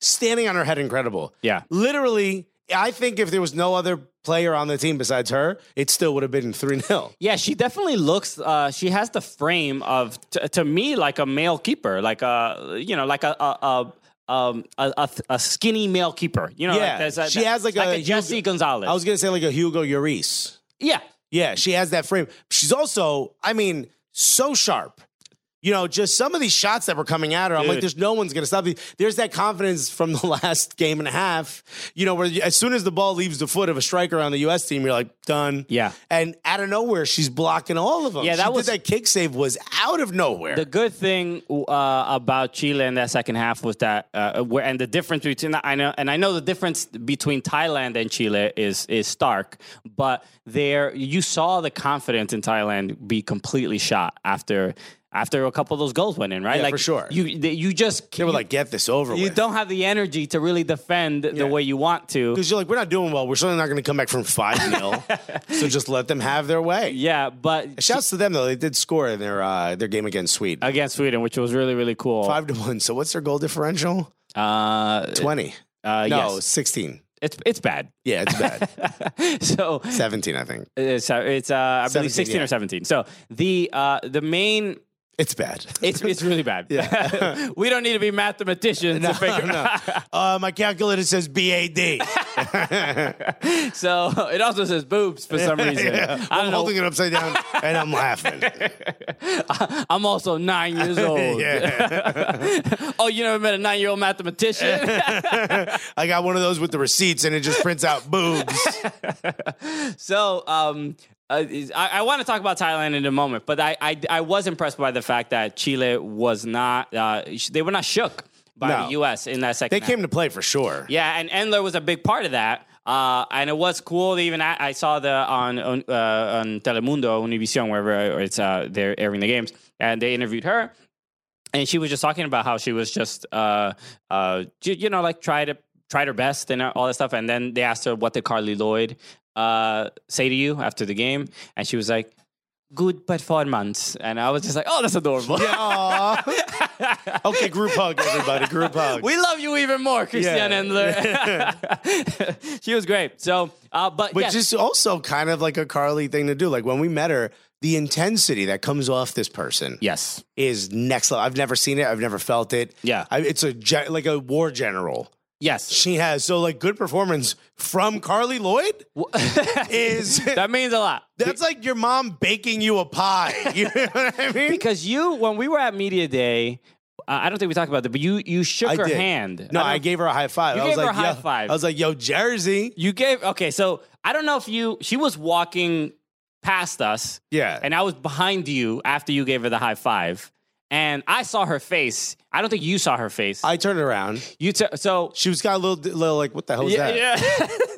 standing on her head incredible. Yeah. Literally, I think if there was no other player on the team besides her, it still would have been 3 0. Yeah, she definitely looks. Uh, she has the frame of, t- to me, like a male keeper, like a you know, like a a a, um, a, a, a skinny male keeper. You know, Yeah, like there's a, she has like a Hugo- Jesse Gonzalez. I was going to say like a Hugo Lloris. yeah, Yeah, she has that frame. She's also, I mean, so sharp. You know, just some of these shots that were coming at her, I'm like, Dude. there's no one's going to stop these. There's that confidence from the last game and a half, you know, where you- as soon as the ball leaves the foot of a striker on the U.S. team, you're like, done. Yeah. And out of nowhere, she's blocking all of them. Yeah, that She did was- that kick save was out of nowhere. The good thing uh, about Chile in that second half was that, uh, where, and the difference between I know, and I know the difference between Thailand and Chile is is stark, but there you saw the confidence in Thailand be completely shot after after a couple of those goals went in, right? Yeah, for sure. You they- you just they were like, get this over you with. don't have the energy to really defend the way you want to. Because you're like, we're not doing well. We're certainly not going to come back from 5 0. so just let them have their way. Yeah, but Shouts to them, though. They did score in their, uh, their game against Sweden. against Sweden, which was really really cool. Five to one. So what's their goal differential? Uh, Twenty. uh, no, yes, sixteen. it's it's bad. Yeah, it's bad. So Seventeen, I think. It's, uh, it's uh, I 17, believe 16 yeah. or 17. So the uh, the main It's bad. it's it's really bad. we don't need to be mathematicians to figure it out. Uh, my calculator says BAD. So it also says boobs for some reason. I I'm don't know. holding it upside down and I'm laughing. I'm also nine years old. oh, you never met a nine year old mathematician? I got one of those with the receipts and it just prints out boobs. so um. Uh, is- I, I want to talk about Thailand in a moment, but I, I I was impressed by the fact that Chile was not uh, sh- they were not shook by No. the U.S. in that second. They half. came to play for sure. Yeah, and Endler was a big part of that. Uh, and it was cool. To even I, I saw the on on, uh, on Telemundo, Univision, wherever it's uh, they're airing the games, and they interviewed her, and she was just talking about how she was just uh, uh, you, you know like tried to tried her best and all that stuff. And then they asked her what did Carly Lloyd uh, say to you after the game, and she was like, "Good performance," and I was just like, "Oh, that's adorable." Aw. okay, group hug, everybody. Group hug. We love you even more, Christian Yeah. Endler. she was great. So, uh, but, Which yes, is also kind of like a Carly thing to do. Like when we met her, the intensity that comes off this person. yes, is next level. I've never seen it. I've never felt it. Yeah. I, it's a ge- like a war general. yes. She has so like good performance from Carly Lloyd is That means a lot that's like your mom baking you a pie. You know what I mean? because you, when we were at media day, uh, I don't think we talked about that, but you you shook I her did. hand. No, don't- I, gave her a high five. You I was gave her like, a high yo- five. I was like, yo, Jersey. you gave. Okay, so I don't know if you. She was walking past us, Yeah. and I was behind you after you gave her the high five, and I saw her face. I don't think you saw her face. I turned around. you t- so She was got a little, little like, what the hell is yeah, that?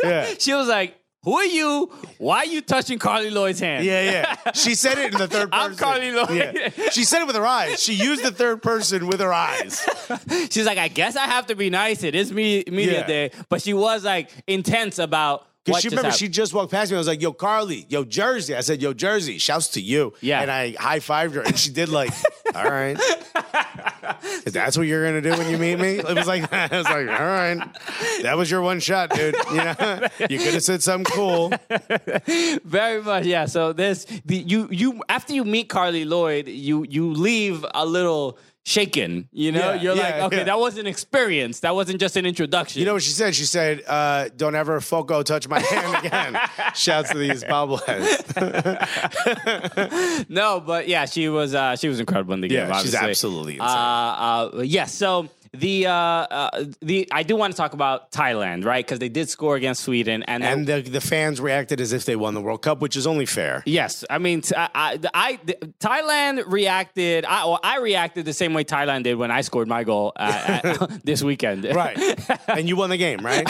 yeah. yeah. She was like, "Who are you? Why are you touching Carly Lloyd's hand?" Yeah, yeah. She said it in the third person. I'm Carly Lloyd. Yeah. She said it with her eyes. She used the third person with her eyes. She's like, "I guess I have to be nice. It is me media Yeah. day." But she was like intense about Because what she just remember she happened. just walked past me. I was like, "Yo, Carly, yo, Jersey." I said, "Yo, Jersey." Shouts to you. Yeah. And I high fived her, and she did like, "All right." Is that's what you're gonna do when you meet me? It was like I was like, "All right, that was your one shot, dude. You know, you could have said something cool." very much. Yeah. So this the, you you after you meet Carly Lloyd, you you leave a little shaken. You know, Yeah, you're yeah, like, okay, yeah. that was an experience. That wasn't just an introduction. You know what she said? She said, uh, "Don't ever Foco touch my hand again." Shouts to these bobbleheads. no, but yeah, she was uh, she was incredible in the Yeah, game. she's Obviously. absolutely Uh, insane. uh, yeah. So the uh, uh, the I do want to talk about Thailand, right? Because they did score against Sweden, and, and the, the fans reacted as if they won the World Cup, which is only fair. Yes, I mean, t- I, I- I- th- Thailand reacted. I, well, I reacted the same way Thailand did when I scored my goal uh, at- this weekend. Right. and you won the game, right?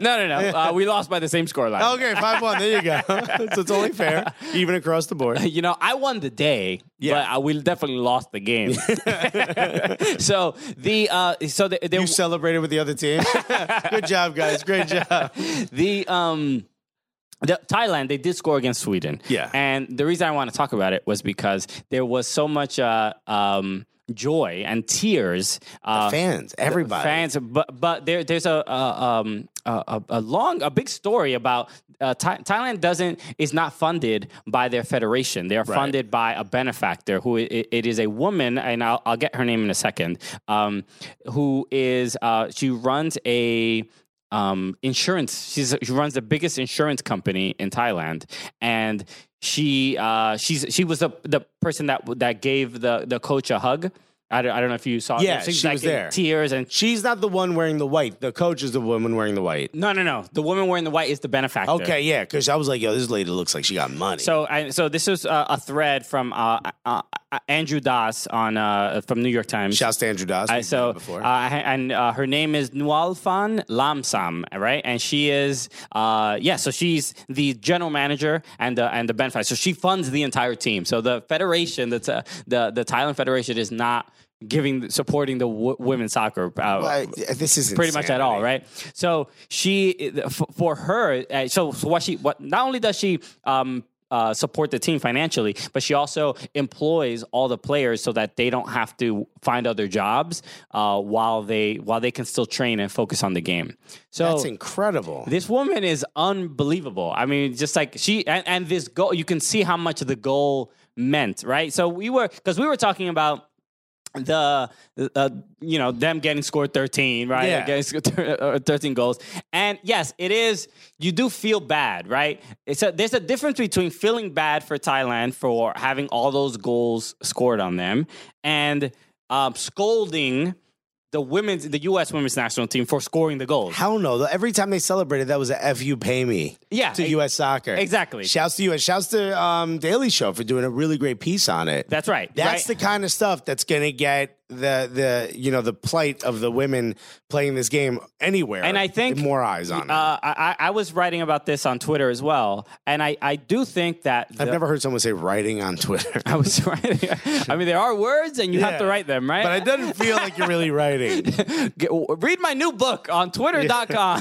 no, no, no. Uh, we lost by the same scoreline. Okay, 5 1. There you go. so it's only fair, even across the board. You know, I won the day, but I, we definitely lost the game. so the uh, so the, the, You celebrated with the other team. Good job, guys. Great job. the um the, Thailand they did score against Sweden. Yeah. and the reason I want to talk about it was because there was so much uh, um joy and tears. Uh, Fans, everybody. Fans, but but there there's a, a um a, a- a long a big story about uh, Thai Thailand doesn't is not funded by their federation. They are funded by a benefactor who i it is a woman, and I'll, I'll get her name in a second. Um, who is uh, she runs a um, insurance. She's she runs the biggest insurance company in Thailand, and she uh, she's she was the the person that that gave the the coach a hug. I don't, I don't know if you saw. Yeah, she's she was in there. Tears and She's not the one wearing the white. The coach is the woman wearing the white. no, no, no. The woman wearing the white is the benefactor. Okay, yeah, because I was like, yo, this lady looks like she got money. So, I, so this is uh, a thread from uh, uh, uh, Andrew Das on uh, from New York Times. Shouts to Andrew Doss. Uh, we've done so, it before. uh, and uh, her name is Nualfan Lamsam, right? And she is, uh, yeah. So she's the general manager and the and the benefactor. So she funds the entire team. So the federation, the the the Thailand Federation, is not giving supporting the w- women's soccer. Uh, But, uh, this is pretty much at all, insanity. right? So she, f- for her, uh, so, so what she, what not only does she um, uh, support the team financially, but she also employs all the players so that they don't have to find other jobs uh, while they while they can still train and focus on the game. So That's incredible. Oh. this woman is unbelievable. I mean, just like she and, and this goal, you can see how much the goal meant, right? So we were because we were talking about the uh, you know them getting scored 13 right Yeah. Getting scored thir- uh, 13 goals and yes it is you do feel bad right it's a, there's a difference between feeling bad for thailand for having all those goals scored on them and um, scolding the women's the us women's national team for scoring the goals Hell no. though. Every time they celebrated, that was a F you pay me. Yeah, To e- U.S. soccer. exactly. Shouts to you. And shouts to um, Daily Show for doing a really great piece on it. That's right, That's right? the kind of stuff that's going to get the, the, you know, the plight of the women playing this game anywhere. And I think- More eyes on it. Uh, I, I I was writing about this on Twitter as well, and I, I do think that the- I've never heard someone say writing on Twitter. I was writing. I mean, there are words, and you have to Yeah. write them, right? But it doesn't feel like you're really writing. Get- read my new book on Twitter.com.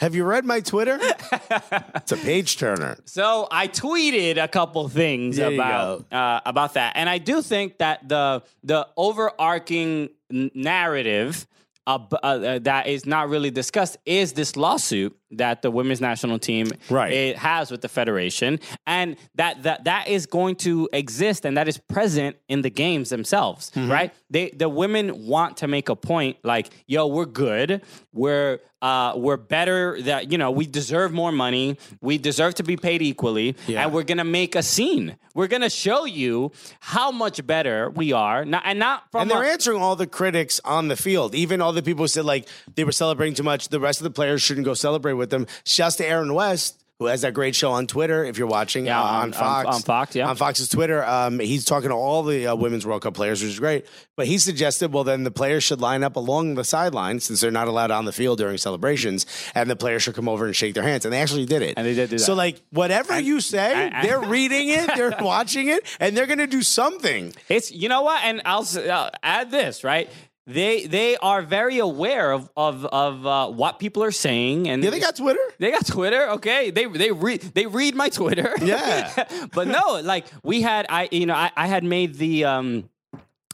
Have you read my Twitter? It's a page turner. So I tweeted a couple things There you about uh, about that, and I do think that the the overarching n- narrative. Uh, b- uh, uh, that is not really discussed is this lawsuit that the women's national team Right. it has with the federation, and that that that is going to exist and that is present in the games themselves, right? They the women want to make a point like, "Yo, we're good. We're uh, we're better. That you know, we deserve more money. We deserve to be paid equally, and we're gonna make a scene. We're gonna show you how much better we are, not, and not from And they're a- answering all the critics on the field. Even all the people who said like they were celebrating too much. The rest of the players shouldn't go celebrate with them. Shouts to Aaron West. Who has that great show on Twitter? If you're watching Yeah, uh, on- on, on- Fox, on Fox, yeah. on Fox's Twitter, um, he's talking to all the uh, women's World Cup players, which is great. But he suggested, well, then the players should line up along the sideline since they're not allowed on the field during celebrations, and the players should come over and shake their hands, and they actually did it. And they did do So, that. like, whatever you say, I- I- they're reading it, they're watching it, and they're going to do something. It's you know what, and I'll, s- I'll add this right. They they are very aware of of of uh, what people are saying, and Yeah, they got Twitter. They got Twitter, okay? They they read they read my Twitter. Yeah. but no, like we had I you know, I, I had made the um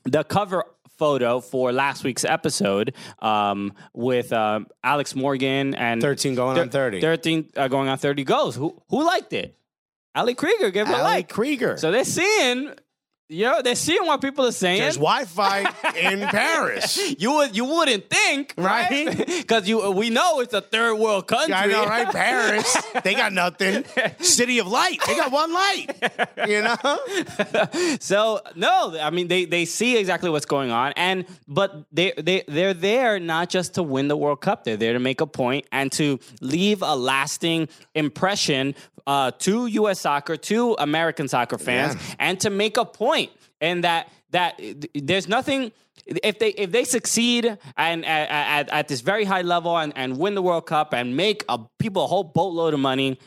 the cover photo for last week's episode um with um Alex Morgan and 13 going on 30. 13 uh, going on 30 goes. Who who liked it? Ali Krieger gave it a Allie like. Krieger. So they're seeing Yo, they're seeing what people are saying. There's Wi-Fi in Paris. you would you wouldn't think, right? Because you we know it's a third world country. I know, right? Paris. They got nothing. City of light. They got one light. You know? So no, I mean they they see exactly what's going on, and but they they they're there not just to win the World Cup. They're there to make a point and to leave a lasting impression uh, to U.S. soccer, to American soccer fans, and to make a point. And that that there's nothing if they if they succeed and at, at, at this very high level and, and win the World Cup and make a, people a whole boatload of money.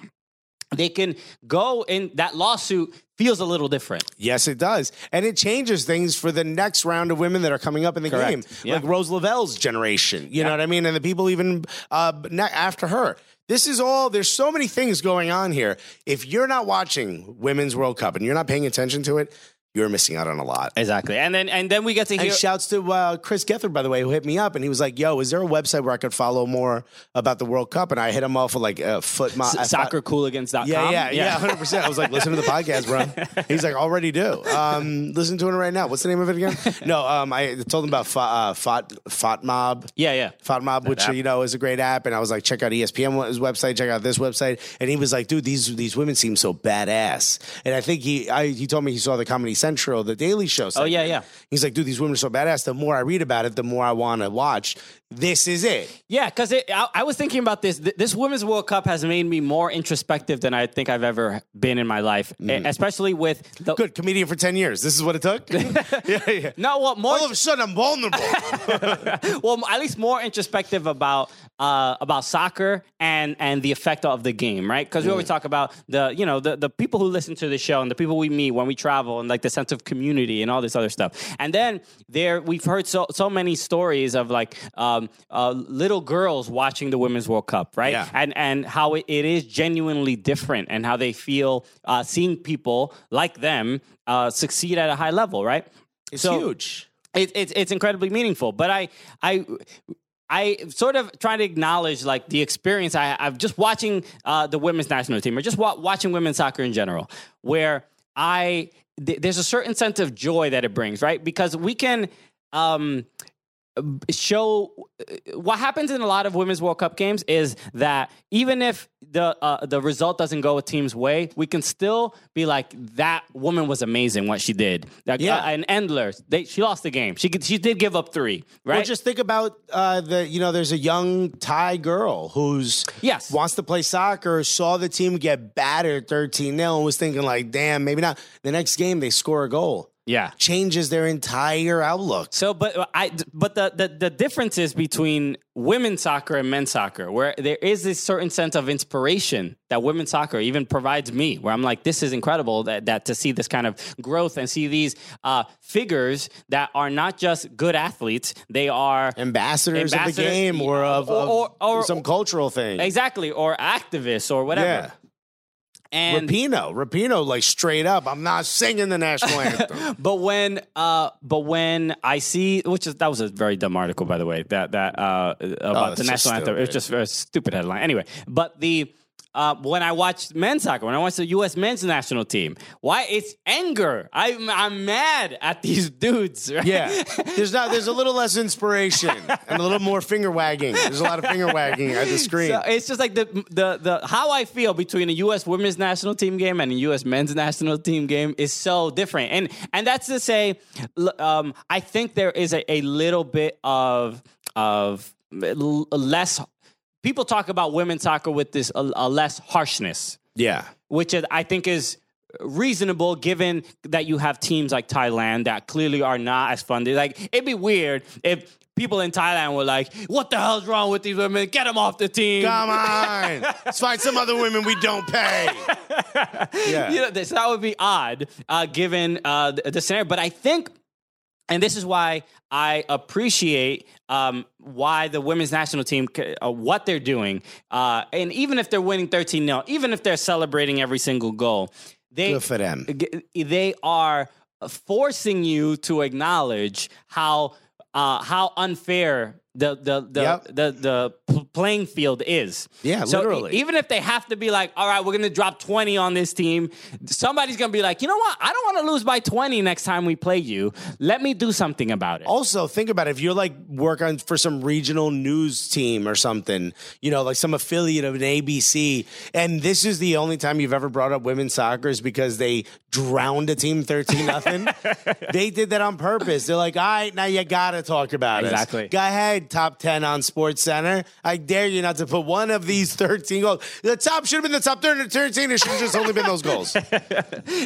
They can go in that lawsuit feels a little different. Yes, it does. And it changes things for the next round of women that are coming up in the Correct. game, Yeah. like Rose Lavelle's generation. You know what I mean? And the people even uh, ne- after her. This is all, there's so many things going on here. If you're not watching Women's World Cup and you're not paying attention to it, you're missing out on a lot. Exactly. And then and then we get to hear And shouts to uh, Chris Gethard, by the way, who hit me up and he was like, "Yo, is there a website where I could follow more about the World Cup?" And I hit him off with like a foot mo- S- soccercooligans.com. Yeah, yeah, yeah, hundred percent. I was like, "Listen to the podcast, bro." He's like, "Already do. Um, listen to it right now. What's the name of it again?" No, um, I told him about fa- uh, Fat Fat Mob. Yeah, yeah. FODMOB, which uh, you know is a great app, and I was like, check out E ESPN's website, check out this website, and he was like, dude, these these women seem so badass, and I think he I, he told me he saw the Comedy Central, the Daily Show. Segment. Oh, yeah, yeah. He's like, dude, these women are so badass. The more I read about it, the more I want to watch. This is it. Yeah, because I, I was thinking about this. Th- This Women's World Cup has made me more introspective than I think I've ever been in my life, e- especially with the. Mm. Good comedian for ten years. This is what it took. yeah, yeah. No, what more? All of a sudden, I'm vulnerable. well, at least more introspective about uh, about soccer and and the effect of the game, right? Because we always Mm. talk about the you know the the people who listen to the show and the people we meet when we travel and like the sense of community and all this other stuff. And then there we've heard so so many stories of like um, uh, little girls watching the Women's World Cup, right? Yeah. And and how it, it is genuinely different and how they feel uh, seeing people like them uh, succeed at a high level, right? It's huge. it, it's it's incredibly meaningful. But I I I sort of try to acknowledge like the experience I have just watching uh, the women's national team or just wa- watching women's soccer in general, where I th- there's a certain sense of joy that it brings, right? Because we can. Um, show what happens in a lot of women's World Cup games is that even if the uh, the result doesn't go a team's way, we can still be like that woman was amazing what she did. Like, Yeah. uh, and Endler, they, she lost the game. She could- she did give up three, right? Well, just think about uh, the you know, there's a young Thai girl who's Yes. wants to play soccer, saw the team get battered 13 0 and was thinking like, damn, maybe not. The next game they score a goal. yeah. Changes their entire outlook. So, but uh, I, but the, the the differences between women's soccer and men's soccer, where there is this certain sense of inspiration that women's soccer even provides me, where I'm like, this is incredible that, that to see this kind of growth and see these uh, figures that are not just good athletes, they are Ambassadors, of the Ambassador- game or of, of or- or- some cultural thing. exactly or activists or whatever. Yeah. And Rapino, Rapino, like straight up, I'm not singing the national anthem. But when, uh, but when I see, which is that was a very dumb article, by the way, that that uh, about that's the Oh, just national anthem. It was stupid. just a stupid headline. Anyway, but the uh, when I watch men's soccer, when I watch the U.S. men's national team, why it's anger. I'm I'm mad at these dudes. Right? yeah, there's not. There's a little less inspiration and a little more finger wagging. There's a lot of finger wagging at the screen. So it's just like the the the how I feel between a U.S. women's national team game and a U.S. men's national team game is so different, and and that's to say, l- um, I think there is a, a little bit of of l- less. People talk about women's soccer with this a, a less harshness, yeah, which is, I think is reasonable given that you have teams like Thailand that clearly are not as funded. Like it'd be weird if people in Thailand were like, "What the hell's wrong with these women? Get them off the team." Come on. Let's find some other women we don't pay. Yeah. you know, this, that would be odd uh, given uh, the, the scenario. But I think, and this is why I appreciate um, why the women's national team, c- uh, what they're doing. Uh, and even if they're winning 13 0, even if they're celebrating every single goal, they, Good for them. g- they are forcing you to acknowledge how, uh, how unfair the the the Yep. the, the pl- playing field is. Yeah, so e- literally. Even if they have to be like, all right, we're gonna drop twenty on this team, somebody's gonna be like, you know what? I don't want to lose by twenty next time we play you. Let me do something about it. Also, think about it. if you're like work on for some regional news team or something, you know, like some affiliate of an ABC, and this is the only time you've ever brought up women's soccer is because they drowned a team 13 nothing. they did that on purpose. They're like, all right, now you gotta talk about it. Exactly. Go ahead, top 10 on Sports Center. I dare you not to put one of these 13 goals. The top should have been the top 13. It should have just only been those goals.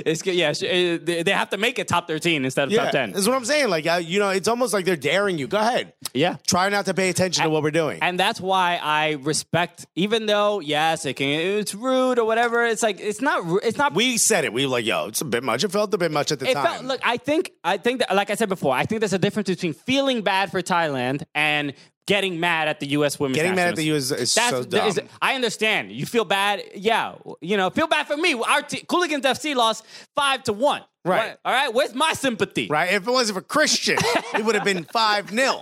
It's good. Yeah, sh- uh, they they have to make it top thirteen instead of top ten. That's what I'm saying. Like, uh, you know, it's almost like they're daring you. Go ahead. Yeah. Try not to pay attention to what we're doing. And that's why I respect, even though yes, it can, it's rude or whatever. It's like it's not. ru- It's not. we said it. We were like, yo, it's a bit much. It felt a bit much at the it time. felt look. I think. I think that, like I said before, I think there's a difference between feeling bad for Thailand and getting mad at the U.S. women's. Getting mad at the national- U.S. is so there dumb. I understand. You feel bad. Yeah, you know, feel bad for me. Our te- Cooligans FC lost five to one. Right. All right. Where's my sympathy? right? If it wasn't for Christian, it would have been 5 0.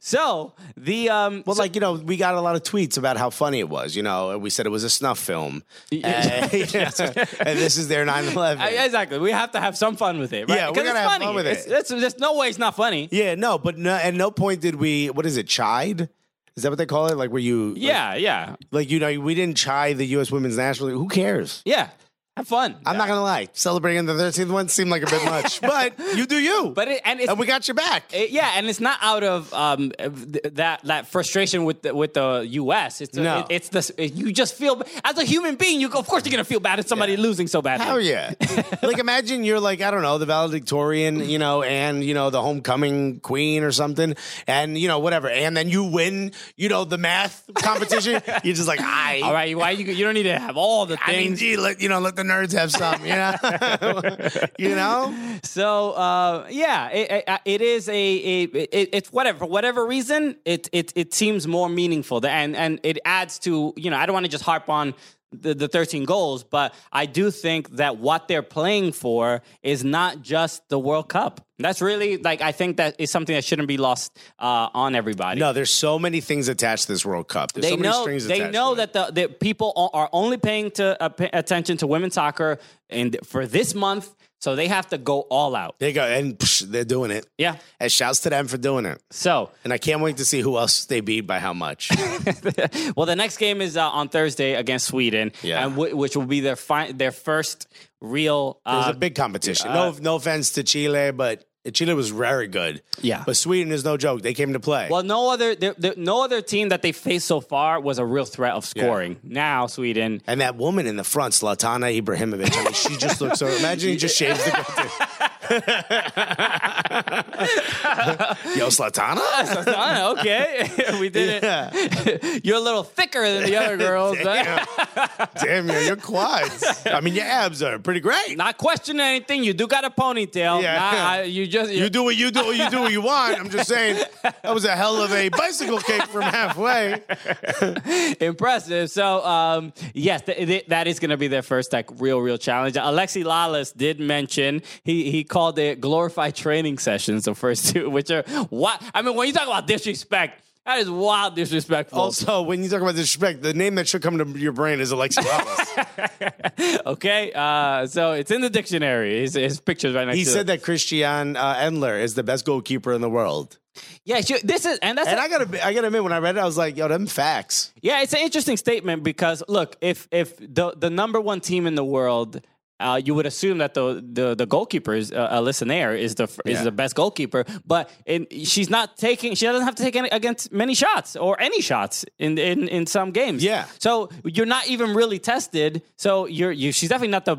So the um. Well, like, you know, we got a lot of tweets about how funny it was. You know, we said it was a snuff film. and, and this is their 9 11. I- exactly. We have to have some fun with it, right? Yeah, we 'Cause gotta it's have funny. fun with it. It's- that's- there's no way it's not funny. Yeah, no, but no, at no point did we, what is it, chide? Is that what they call it? Like, were you, like, Yeah, yeah, like, you know, we didn't chide the U.S. women's national. League. Who cares? yeah. Have fun. I'm not gonna lie, celebrating the 13th one seemed like a bit much, but you do you. But it, and it's and we got your back. it- yeah, and it's not out of um th- that that frustration with the, with the U.S. It's a, No. it- it's this. You just feel as a human being. You go, of course you're gonna feel bad at somebody losing so badly. Hell yeah. like imagine you're like, I don't know, the valedictorian, you know, and you know, the homecoming queen or something, and you know, whatever. And then you win, you know, the math competition. you're just like, I All right, why you you don't need to have all the I mean, things. gee, let you know, let the nerds have some, you know. you know? so uh, yeah, it, it, it is a, a it, it's whatever for whatever reason it it it seems more meaningful and and it adds to you know I don't want to just harp on. The, the 13 goals, but I do think that what they're playing for is not just the World Cup. That's really like, I think that is something that shouldn't be lost uh, on everybody No, there's so many things attached to this World Cup. There's they so many know strings they attached know to it. that the, the people o- are only paying to uh, pay attention to women's soccer and for this month, so they have to go all out. They go and psh, they're doing it. Yeah. And shouts to them for doing it. So, And I can't wait to see who else they beat by how much. well, the next game is uh, on Thursday against Sweden, Yeah. and w- which will be their fi- their first real. It was Uh, a big competition. No, no offense to Chile, but Chile was very good. Yeah. but Sweden is no joke. They came to play. well, no other there, there, no other team that they faced so far was a real threat of scoring. Now Sweden, and that woman in the front, Slatana Ibrahimovic, I mean, she just looks so. Imagine he just shaves the. Yo, Slatana. Ah, okay, we did it. You're a little thicker than the other girls. but- Damn you, your quads. I mean, your abs are pretty great. Not questioning anything. You do got a ponytail. Yeah. Nah, I- you just You do what you do. You do what you want. I'm just saying that was a hell of a bicycle kick from halfway. impressive. So, um, yes, th- th- that is going to be their first like real, real challenge. Alexi Lalas did mention he he called it glorified training sessions. The first two, which are what I mean, when you talk about disrespect, that is wild disrespectful. Also, when you talk about disrespect, the name that should come to your brain is Alexi Lalas. Oh, okay, uh, so it's in the dictionary. His, his pictures right next. He to said that Christian uh, Endler is the best goalkeeper in the world. Yeah, sure, this is and that's And I gotta, I gotta admit, when I read it, I was like, "Yo, them facts." Yeah, it's an interesting statement because look, if if the the number one team in the world. Uh, you would assume that the the, the goalkeeper is uh, Alyssa Nair is the f is Yeah. the best goalkeeper, but in, she's not taking she doesn't have to take any, against many shots or any shots in, in in some games. Yeah. so you're not even really tested. So you're you she's definitely not the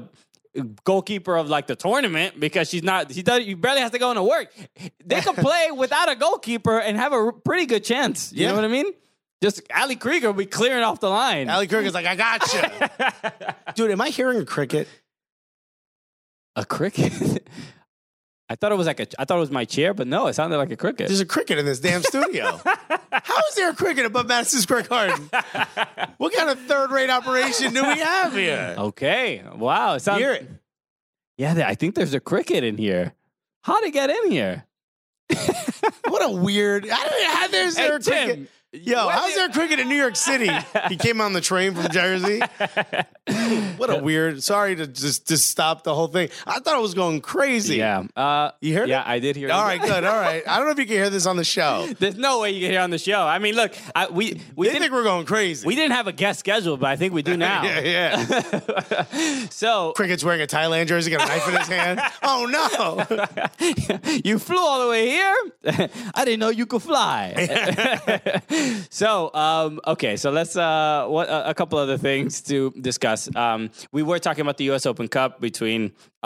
goalkeeper of like the tournament because she's not she does you barely has to go into work. They could play without a goalkeeper and have a r- pretty good chance. You know Yeah. what I mean? Just Ali Krieger will be clearing off the line. Ali Krieger's like, "I gotcha, dude." Am I hearing cricket? a cricket? I thought it was like a. I thought it was my chair, but no, it sounded like a cricket. There's a cricket in this damn studio. How is there a cricket above Madison Square Garden? What kind of third-rate operation do we have here? okay, wow, it sounds. Hear it. Yeah, th- I think there's a cricket in here. How'd it get in here? what a weird. I don't know how there's Hey, there a Tim, cricket. Yo, how's there a cricket in New York City? He came on the train from Jersey. what a weird. Sorry to just just stop the whole thing. I thought it was going crazy. Yeah. Uh, You heard Yeah, it? I did hear. All it. right, good. All right. I don't know if you can hear this on the show. There's no way you can hear on the show. I mean, look, I, we we They didn't think we're going crazy. we didn't have a guest scheduled, but I think we do now. yeah, yeah. So Cricket's wearing a Thailand jersey, got a knife in his hand. Oh no! you flew all the way here. I didn't know you could fly. so um, okay, so let's uh, what a a couple other things to discuss. Um, we were talking about the U.S. Open Cup between uh, uh,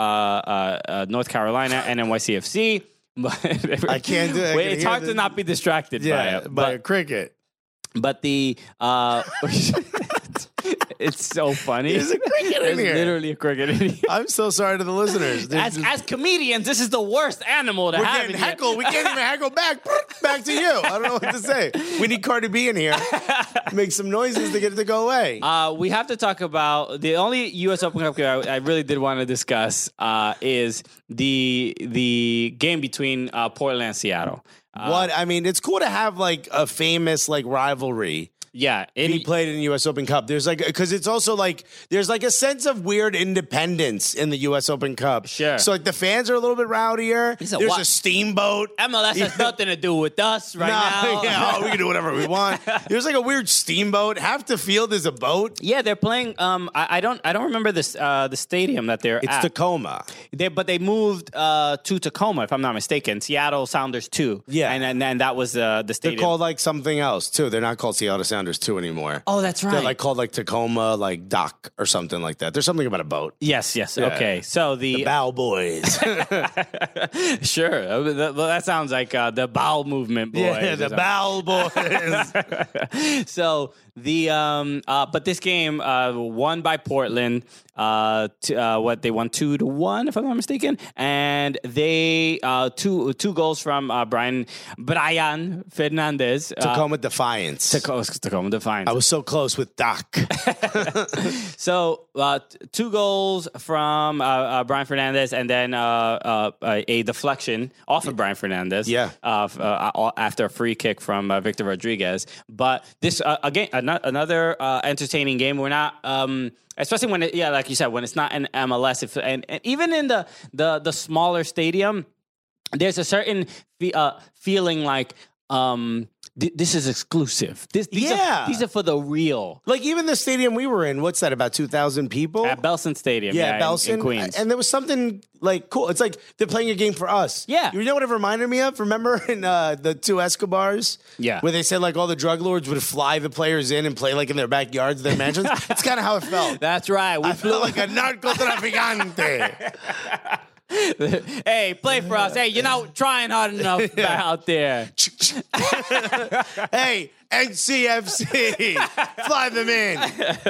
uh, North Carolina and NYCFC. But I can't do it. I can it's hear hard the- to not be distracted Yeah, by it. by a cricket. But the uh, it's so funny. There's a cricket in There's here. Literally a cricket in here. I'm so sorry to the listeners. There's As, just- as comedians, this is the worst animal to we're have. getting in here. heckled. We can't even heckle back. Back to you. I don't know what to say. We need Cardi B in here. Make some noises to get it to go away. Uh, we have to talk about the only U.S. Open Cup game I, I really did want to discuss uh, is the the game between uh, Portland and Seattle. Uh, what I mean, it's cool to have like a famous like rivalry. yeah, it, He played in the U.S. Open Cup. There's like because it's also like there's like a sense of weird independence in the U.S. Open Cup. Sure. So like the fans are a little bit rowdier. He said, there's "What?" a steamboat. MLS has nothing to do with us right Nah, now. yeah, oh, we can do whatever we want. There's like a weird steamboat. Half the field is a boat. Yeah, they're playing. Um, I, I don't, I don't remember this uh, the stadium that they're It's at. Tacoma. They, but they moved uh, to Tacoma, if I'm not mistaken. Seattle Sounders two. Yeah. and and, and that was uh, the They're stadium. called like something else too. They're not called Seattle Sounders two anymore. oh, that's right. They're like called like Tacoma, like dock or something like that. There's something about a boat. yes, yes. Okay, so the, Bow boys. sure. Uh, That, well, that sounds like uh, the bowel movement, boy. the bow boys. so the um uh but this game uh won by Portland uh, to, uh what they won two to one if I'm not mistaken and they uh two two goals from uh Brian Brian Fernandez uh, Tacoma Defiance. Taco- Tacoma Defiance I was so close with Doc. So uh, t- two goals from uh, uh, Brian Fernandez, and then uh, uh, uh, a deflection off of Brian Fernandez. Yeah. Uh, f- uh, uh, after a free kick from uh, Victor Rodriguez, but this uh, again ano- another uh, entertaining game. We're not. Um, Especially when, it, yeah, like you said, when it's not an MLS, if, and, and even in the, the the smaller stadium, there's a certain fe- uh, feeling like um, th- this is exclusive. This, these Yeah. are, these are for the real. Like even the stadium we were in, what's that? About two thousand people. At Belson Stadium, yeah, yeah, in- Belson in, Queens. And there was something like cool. It's like they're playing a game for us. Yeah. You know what it reminded me of? Remember in uh, the two Escobars? Yeah. Where they said like all the drug lords would fly the players in and play like in their backyards, their mansions. it's kind of how it felt. That's right. We I flew. felt like a narcotraficante. hey, play for us. Hey, you're not trying hard enough out there. hey, NCFC, fly them in.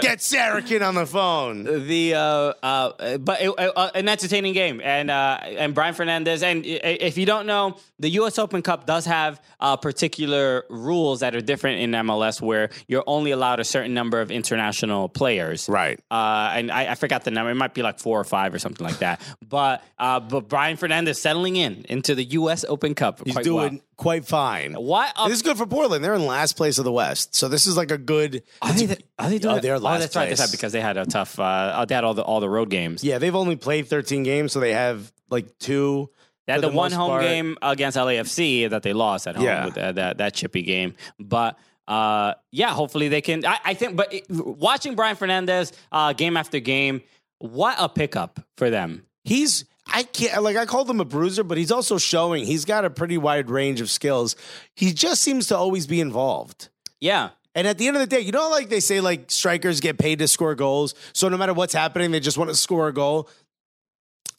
Get Sarakin on the phone. The uh, uh, but it, uh, an entertaining game, and uh, and Brian Fernandez. And i- if you don't know, the U.S. Open Cup does have uh, particular rules that are different in MLS, where you're only allowed a certain number of international players. Right. Uh, and I, I forgot the number. It might be like four or five or something like that. But uh, but Brian Fernandez settling in into the U.S. Open Cup. He's quite doing well. quite fine. What a- This is good for Portland. They're in last place of the West, so this is like a good. Are they, the, are they doing Oh, that? they're last oh, that's right. That's place. right because they had a tough. Uh, they had all the all the road games. Yeah, they've only played 13 games, so they have like two. They had for the, one most home part. game against LAFC that they lost at home Yeah. with that, that that chippy game. But uh, yeah, hopefully they can. I, I think. But it- watching Brian Fernandez uh, game after game, what a pickup for them. He's I can't like I called him a bruiser, but he's also showing he's got a pretty wide range of skills. He just seems to always be involved. Yeah. And at the end of the day, you know, like they say, like strikers get paid to score goals. So no matter what's happening, they just want to score a goal.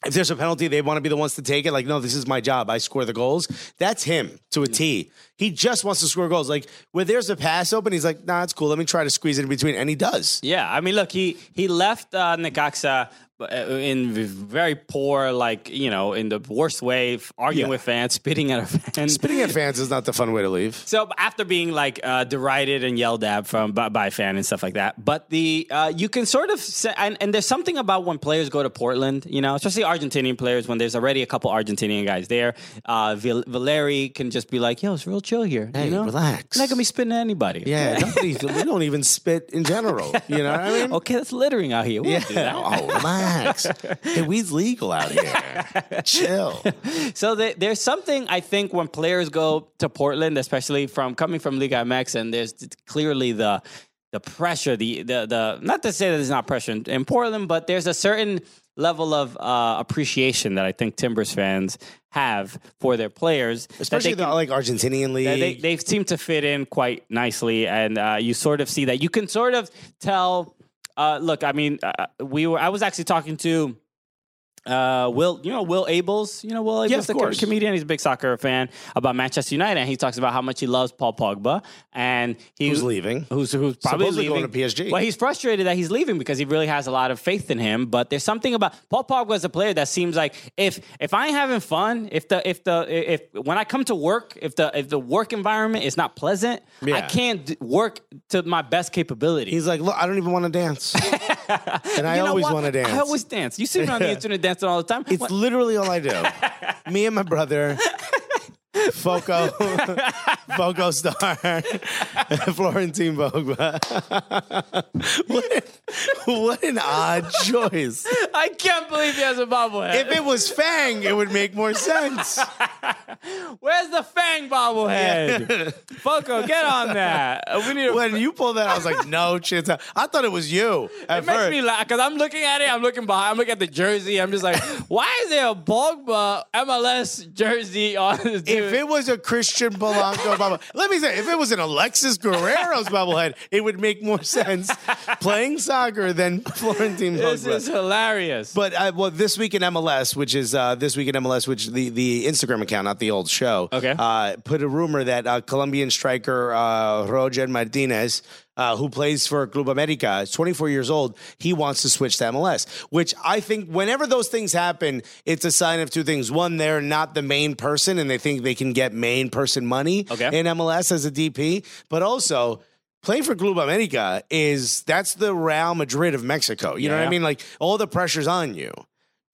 If there's a penalty, they want to be the ones to take it. Like, no, this is my job. I score the goals. That's him to a T. He just wants to score goals. Like, where there's a pass open, he's like, nah, it's cool. Let me try to squeeze it in between. And he does. Yeah, I mean, look, he he left uh, Necaxa uh, in v- very poor, like you know, in the worst way, f- arguing Yeah. with fans, spitting at a fan. Spitting at fans is not the fun way to leave. So after being like uh, derided and yelled at from by, by fan and stuff like that, but the uh, you can sort of say, and, and there's something about when players go to Portland, you know, especially Argentinian players when there's already a couple Argentinian guys there. Uh, Val- Valeri can just be like, "Yo, it's real chill here, Hey, you know, relax. You're not gonna be spitting at anybody." Yeah, nobody, we don't even spit in general. You know what I mean? Okay, that's littering out here. We don't do that. Yeah. Oh, relax. hey, weed's legal out here. Chill. So there, there's something I think when players go to Portland, especially from coming from Liga MX, and there's t- clearly the the pressure, the the the not to say that there's not pressure in, in Portland, but there's a certain level of uh, appreciation that I think Timbers fans have for their players, that they Especially the can- like Argentinian league. yeah, they, they seem to fit in quite nicely, and uh, you sort of see that. You can sort of tell. Uh, look, I mean, uh, we were. I was actually talking to uh, Will. You know, Will Abels. You know, Will Abels, Yeah, of the co- course. comedian. He's a big soccer fan about Manchester United, and he talks about how much he loves Paul Pogba, and he Who's leaving? Who's who's probably Supposedly going leaving to PSG. Well, he's frustrated that he's leaving because he really has a lot of faith in him. But there's something about Paul Pogba as a player that seems like if if I ain't having fun, if the if the if when I come to work, if the if the work environment is not pleasant, I Yeah. can't d- work to my best capability. He's like, look, I don't even want to dance. and I You know always what? want to dance. I always dance. You see me on the internet dancing all the time. it's What- literally all I do. Me and my brother. Foco, Foco star, Florentine Bogba. what, what an odd choice. I can't believe he has a bobblehead. If it was Fang, it would make more sense. Where's the Fang bobblehead? Foco, get on that. Uh, We need a When you pulled that, I was like, no chance. I thought it was you. At It makes first. me laugh because I'm looking at it. I'm looking behind. I'm looking at the jersey. I'm just like, why is there a Pogba MLS jersey on this dude? If it was a Christian Polanco bobblehead, let me say, if it was an Alexis Guerrero's bobblehead, it would make more sense playing soccer than Florentine this Pogba. is hilarious. but uh, well, this week in MLS, which is uh, this week in MLS, which the, the Instagram account, not the old show, Okay. uh, put a rumor that uh, Colombian striker uh, Roger Martinez, uh, who plays for Club America, is 24 years old. He wants to switch to MLS, which I think whenever those things happen, it's a sign of two things. One, they're not the main person and they think they can get main person money Okay. in MLS as a DP, but also. Playing for Club America is that's the Real Madrid of Mexico. You know what Yeah. I mean? Like all the pressure's on you.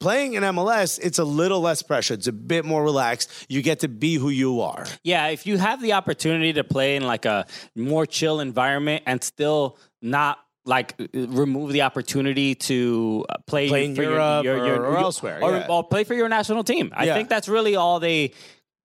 Playing in MLS, it's a little less pressure. It's a bit more relaxed. You get to be who you are. yeah, if you have the opportunity to play in like a more chill environment and still not like uh, remove the opportunity to uh, play, Play in for Europe or- or elsewhere, or, yeah. or play for your national team. I Yeah. think that's really all they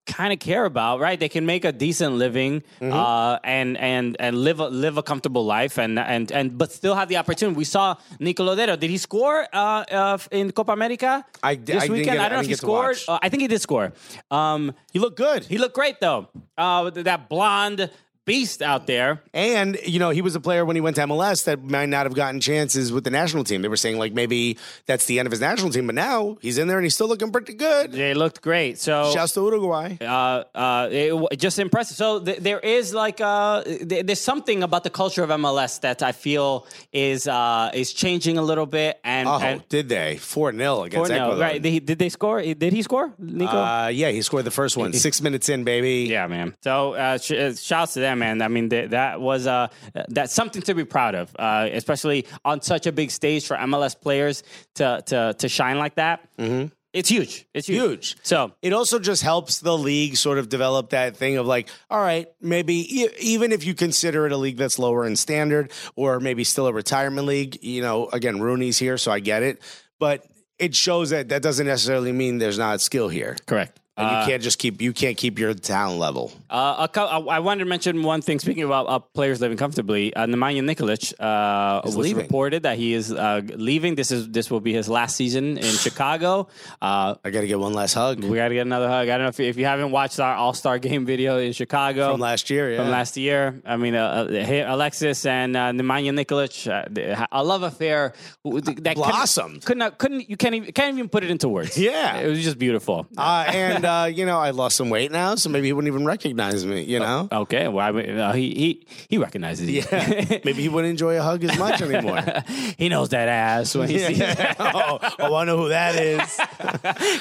kind of care about, right? They can make a decent living Mm-hmm. uh, and and and live a, live a comfortable life and and and but still have the opportunity. We saw Nicolodero. Did he score uh, uh, in Copa America I- I this didn't weekend? get- I don't I know didn't if he get to scored. watch. Uh, I think he did score. Um, You look good. he looked great though. Uh, with that blonde beast out there. And, you know, he was a player when he went to MLS that might not have gotten chances with the national team. They were saying, like, maybe that's the end of his national team, but now he's in there and he's still looking pretty good. They looked great. So Shouts to Uruguay. uh, uh, it, w- just impressive. So th- there is like uh, th- there's something about the culture of MLS that I feel is uh, is changing a little bit. And, Oh, Um, and did they? 4 0 or against no, Ecuador. right? Did he, did they score? Did he score, Nico? Uh, yeah, he scored the first one. Six minutes in, baby. yeah, man. So, uh, sh- uh, shouts to them, man. I mean, th- that was uh, that's something to be proud of, uh, especially on such a big stage for MLS players to to to shine like that. Mm-hmm. It's huge. It's huge. Huge. So, it also just helps the league sort of develop that thing of like, all right, maybe e- even if you consider it a league that's lower in standard or maybe still a retirement league, you know, again, Rooney's here, so I get it. But it shows that that doesn't necessarily mean there's not skill here. correct. And you can't just keep you can't keep your talent level. Uh, a cou- I I wanted to mention one thing. Speaking about uh, players living comfortably, uh, Nemanja Nikolic uh, was leaving. reported that he is uh, leaving. This is this will be his last season in Chicago. Uh, I got to get one last hug we got to get another hug. I don't know if you, if you haven't watched our All Star Game video in Chicago from last year. from yeah. last year. I mean, uh, uh, hey, Alexis and uh, Nemanja Nikolic, uh, the- a love affair who- that couldn't- Blossomed. Couldn't couldn't you can't even, can't even put it into words. Yeah. it was just beautiful. Uh, and uh, uh, you know, I lost some weight now, so maybe he wouldn't even recognize me. You know, Okay, well, I mean, uh, he he he recognizes you. yeah, maybe he wouldn't enjoy a hug as much anymore. he knows that ass when he sees. Yeah. oh, oh, I know who that is.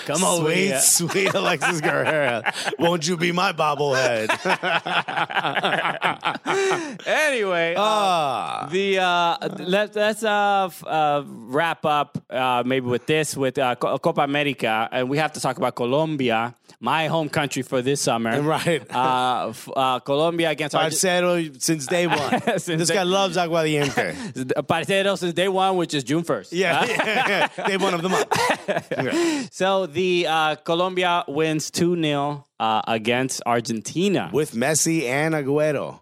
Come over sweet, here. sweet Alexis Guerrero. Won't you be my bobblehead? Anyway, uh, Ah, the uh, let, let's uh, f- uh, wrap up uh, maybe with this with uh, Co- Copa America, and we have to talk about Colombia, my home country for this summer. Right. uh, f- uh, Colombia against I've said it since day one. Since this day- guy loves aguardiente. Parcero since day one, which uh, is June first. yeah, yeah, yeah, day one of the month. Okay. So the uh, Colombia wins two 0 uh, against Argentina. With Messi and Aguero.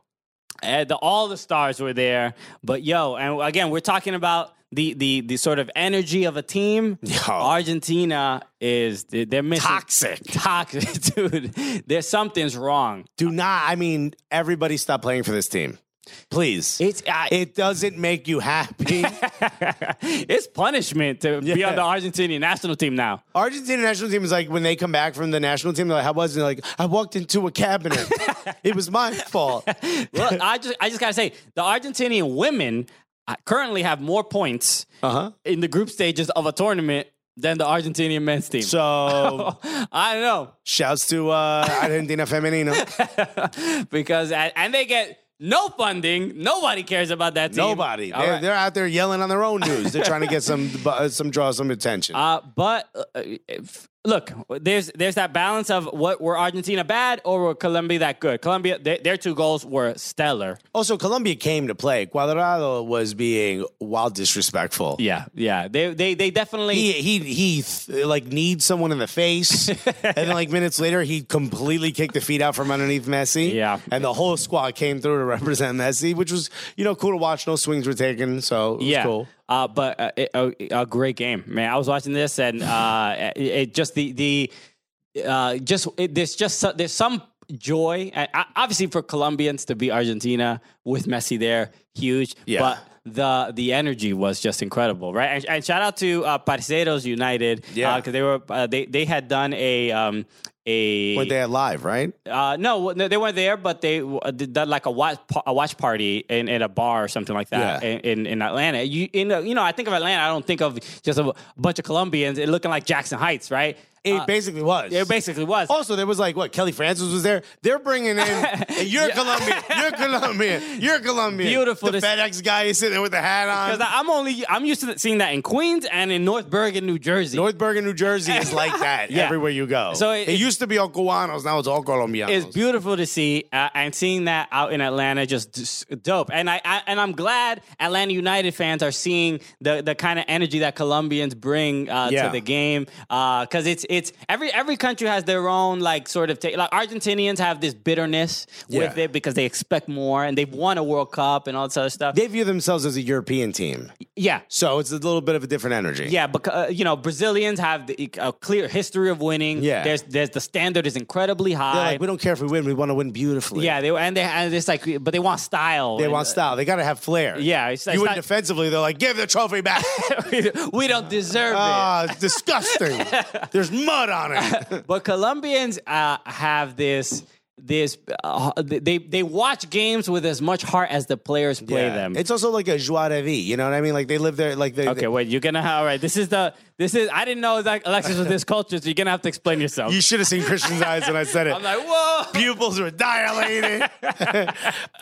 And the, all the stars were there, but yo, and again, we're talking about the the the sort of energy of a team. Argentina is they're missing Toxic. toxic, dude. There's something's wrong. Do not. I mean, everybody stop playing for this team, please. It's uh, it doesn't make you happy. it's punishment to be on the Argentinian national team now. Argentina national team is like when they come back from the national team, they're like, "How was it?" They're like, I walked into a cabinet. it was my fault. Look, I just I just gotta say the Argentinian women uh, currently have more points Uh-huh. in the group stages of a tournament than the Argentinian men's team. So I know shouts to uh, Argentina Femenino. because and and they get no funding. Nobody cares about that team. Nobody. All They're, right. they're out there yelling on their own news. They're trying to get some uh, some draw some attention. Uh, but uh, if- look, there's there's that balance of what were Argentina bad or were Colombia that good? Colombia, their, their two goals were stellar. also, Colombia came to play. Cuadrado was being wild disrespectful. Yeah, yeah. They they they definitely. He he he th- like needs someone in the face, and then like minutes later, he completely kicked the feet out from underneath Messi. Yeah. and the whole squad came through to represent Messi, which was you know cool to watch. No swings were taken, so it was yeah. cool. Uh, but uh, it, a, a great game, man. I was watching this, and uh, it, it just the the uh, just it, there's just so, there's some joy, and uh, obviously for Colombians to beat Argentina with Messi there, huge. Yeah. But the the energy was just incredible, right? And, and shout out to uh, Parceros United, Yeah. because they were uh, they they had done a um a Were they alive? Right? uh, no, no, they weren't there, but they uh, did that like a watch pa- a watch party in, in a bar or something like that Yeah. in, in, in Atlanta. You in, uh, you know, I think of Atlanta. I don't think of just a bunch of Colombians it looking like Jackson Heights, right? It Uh, basically was. it basically was. Also, there was like what Kelly Francis was there. They're bringing in hey, you're Colombian, you're Colombian, you're Colombian. Beautiful The to FedEx guy is sitting there with the hat Because on. I'm only I'm used to seeing that in Queens and in North Bergen, New Jersey. North Bergen, New Jersey is like that Yeah. everywhere you go. So it- it, used to be all Cubanos, now it's all Colombianos. it's beautiful to see, uh, and seeing that out in Atlanta just d- dope. And I, I and I'm glad Atlanta United fans are seeing the the kind of energy that Colombians bring uh, Yeah. to the game because it's it's every every country has their own like sort of take. Like Argentinians have this bitterness with Yeah. it because they expect more and they've won a World Cup and all this other stuff. They view themselves as a European team, yeah. so it's a little bit of a different energy. Yeah, because uh, you know Brazilians have the, a clear history of winning. Yeah. there's there's the standard is incredibly They're high. like, we don't care if we win, we want to win beautifully. yeah, they and they and it's like, but they want style. They and- uh, want style. They got to have flair. Yeah, it's- it's you win not- defensively, they're like, give the trophy back. we don't deserve Ah, it's disgusting. There's mud on it. it. But Colombians uh, have this this uh, they they watch games with as much heart as the players play Yeah. them. It's also like a joie de vie. You know what I mean? Like they live there. Like they. okay, wait, you're gonna all right. This is the this is I didn't know that Alexis was this culture, so you're gonna have to explain yourself. you should have seen Christian's eyes when I said it. I'm like, whoa. Pupils were dilated.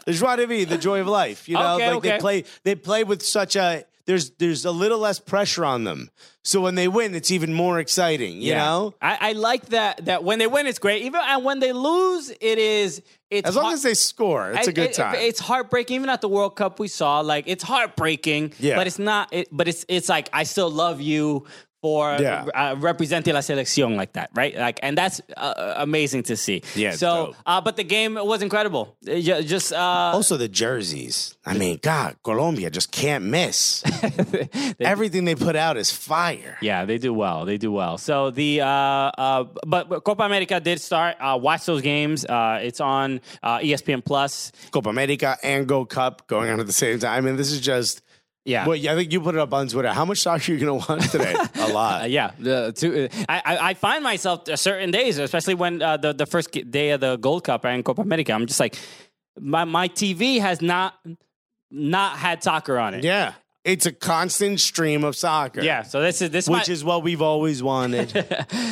joie de vie, the joy of life. You know, Okay, like okay. they play. They play with such a. There's there's a little less pressure on them. So when they win, it's even more exciting. You know. I, I like that that when they win it's great. Even and when they lose, it is it's As long hard- as they score, it's a I- good I- time. It's heartbreaking. Even at the World Cup, we saw like it's heartbreaking. Yeah. But it's not. It, but it's it's like I still love you for Yeah. uh, representing la selección like that, right? Like, and that's uh, amazing to see. Yeah, it's So, dope. uh, but the game was incredible. It ju- Just uh, also the jerseys. I mean, God, Colombia just can't miss. Everything they put out is fire. Yeah, they do well. They do well. So the uh, uh, but, but Copa America did start. Uh, watch those games. Uh, it's on uh, ESPN Plus. Copa America and Go Cup going on at the same time. And this is just Yeah. Well, yeah, I think you put it up on Twitter. How much soccer are you going to watch today? a Uh, lot. yeah, the two, uh, I, I- I find myself uh, certain days, especially when uh, the the first g- day of the Gold Cup and Copa America, I'm just like, my my TV has not not had soccer on it. Yeah. It's a constant stream of soccer. yeah. So this is this Which might- is what we've always wanted.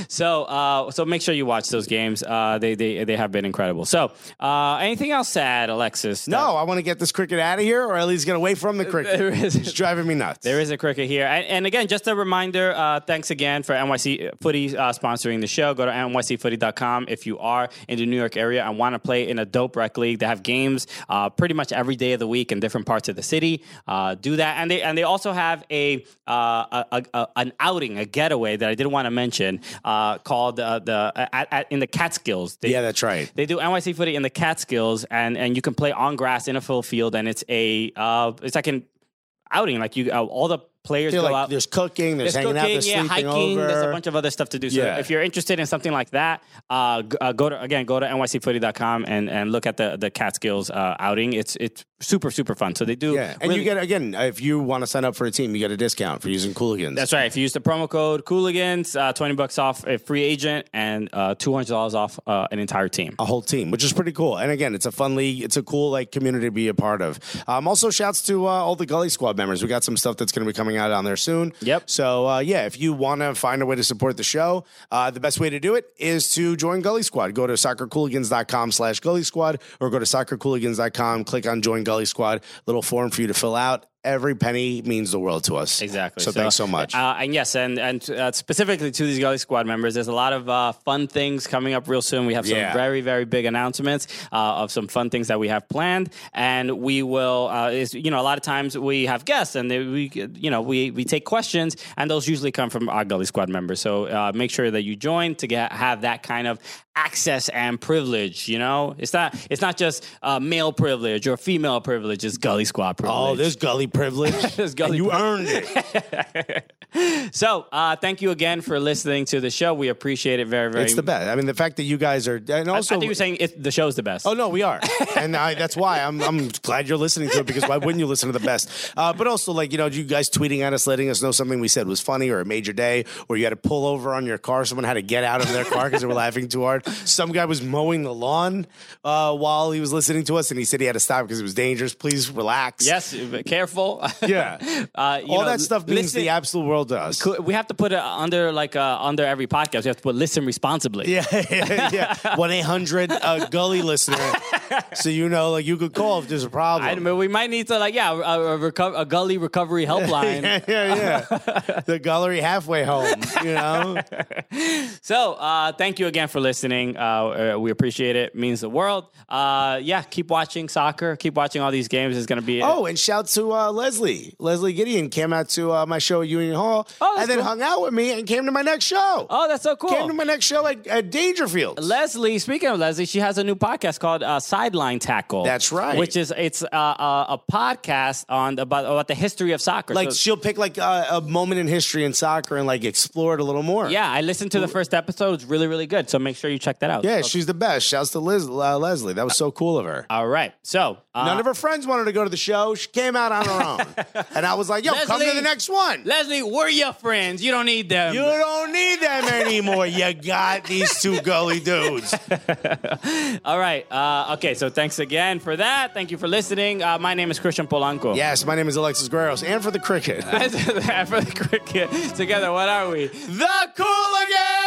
so uh, so make sure you watch those games. Uh, they they they have been incredible. So uh, anything else sad, Alexis? no, I want to get this cricket out of here, or at least get away from the cricket. There is- It's driving me nuts. There is a cricket here. And, and again, just a reminder uh, thanks again for NYC Footy uh, sponsoring the show. Go to nycfooty.com if you are in the New York area and want to play in a dope rec league. They have games uh, pretty much every day of the week in different parts of the city. Uh, do that. And they and they also have a, uh, a, a- a- an outing, a getaway that I didn't want to mention uh, called uh, the at, at, in the Catskills. They, Yeah, that's right. they do NYC footy in the Catskills, and and you can play on grass in a full field, and it's a uh, it's like an outing, like you uh, all the players They're go like, out. there's cooking, there's, There's hanging out, there's yeah, sleeping hiking. over. There's a bunch of other stuff to do. So Yeah. if you're interested in something like that, uh, g- uh, go to again go to nycfooty.com and and look at the the Catskills uh, outing. It's it's super super fun. So they do. yeah, and really- you get again if you want to sign up for a team, you get a discount for using Cooligans. That's right. If you use the promo code Cooligans, uh, twenty bucks off a free agent and uh, two hundred dollars off uh, an entire team. a whole team, which is pretty cool. And again, it's a fun league. It's a cool like community to be a part of. Um, also, shouts to uh, all the Gully Squad members. We got some stuff that's going to be coming out on there soon. Yep. So uh, yeah, if you want to find a way to support the show, uh, the best way to do it is to join Gully Squad. Go to soccercooligans.com slash Gully Squad or go to soccercooligans.com, click on Join Gully Squad, little form for you to fill out. Every penny means the world to us. Exactly. So, thanks so much. Uh, and yes, and and uh, specifically to these Gully Squad members, there's a lot of uh, fun things coming up real soon. We have some Yeah. very very big announcements uh, of some fun things that we have planned, and we will. Uh, is you know a lot of times we have guests, and they- we you know we we take questions, and those usually come from our Gully Squad members. So uh, make sure that you join to get have that kind of access and privilege. You know, it's not it's not just uh, male privilege or female privilege. It's Gully Squad privilege. oh, there's Gully privilege. There's gully And you privilege. earned it. So, uh, thank you again for listening to the show. We appreciate it very, very It's the best. I mean, the fact that you guys are, and I, also I think you're saying it, the show's the best. Oh no, we are, and I, that's why I'm I'm glad you're listening to it because why wouldn't you listen to the best? Uh, but also, like you know, you guys tweeting at us, letting us know something we said was funny or it made your day, or you had to pull over on your car. Someone had to get out of their car because they were laughing too hard. Some guy was mowing the lawn uh, while he was listening to us, and he said he had to stop because it was dangerous. Please relax. Yes, careful. Yeah. uh, you All know, that stuff means listen- the absolute world to us. cl- We have to put it under like uh, under every podcast. We have to put listen responsibly. Yeah, yeah. One eight hundred uh, gully listener, so you know, like you could call if there's a problem. I mean, we might need to like yeah a, a, reco- a gully recovery helpline. yeah, yeah, yeah. the gullery halfway home, you know? So uh, thank you again for listening. Uh, uh, we appreciate it. Means the world. Uh, yeah, keep watching soccer. Keep watching all these games. It's gonna be Oh, and shout to uh, Leslie. Leslie Gideon came out to uh, my show at Union Hall Oh, that's and then cool. hung out with me and came to my next show. Oh, that's so cool. Came to my next show at, at Dangerfield. Leslie, speaking of Leslie, she has a new podcast called uh, Sideline Tackle. That's right. Which is it's uh, a, a podcast on about about the history of soccer. like So- she'll pick like uh, a moment in history in soccer and like explore it a little more. yeah, I listened to the first episode. It's really really good. So make sure you check that out. yeah, she's the best. Shouts to Liz, uh, Leslie. That was so cool of her. All right. So uh, None of her friends wanted to go to the show. She came out on her own, and I was like, "Yo, come to Leslie- the next one." Leslie, we're your friends. You don't need them. You don't need them anymore. you got these two gully dudes. All right. Uh, okay. So thanks again for that. Thank you for listening. Uh, my name is Christian Polanco. Yes, my name is Alexis Guerreros, and for the cricket, for the cricket. Together, what are we? the Cool again.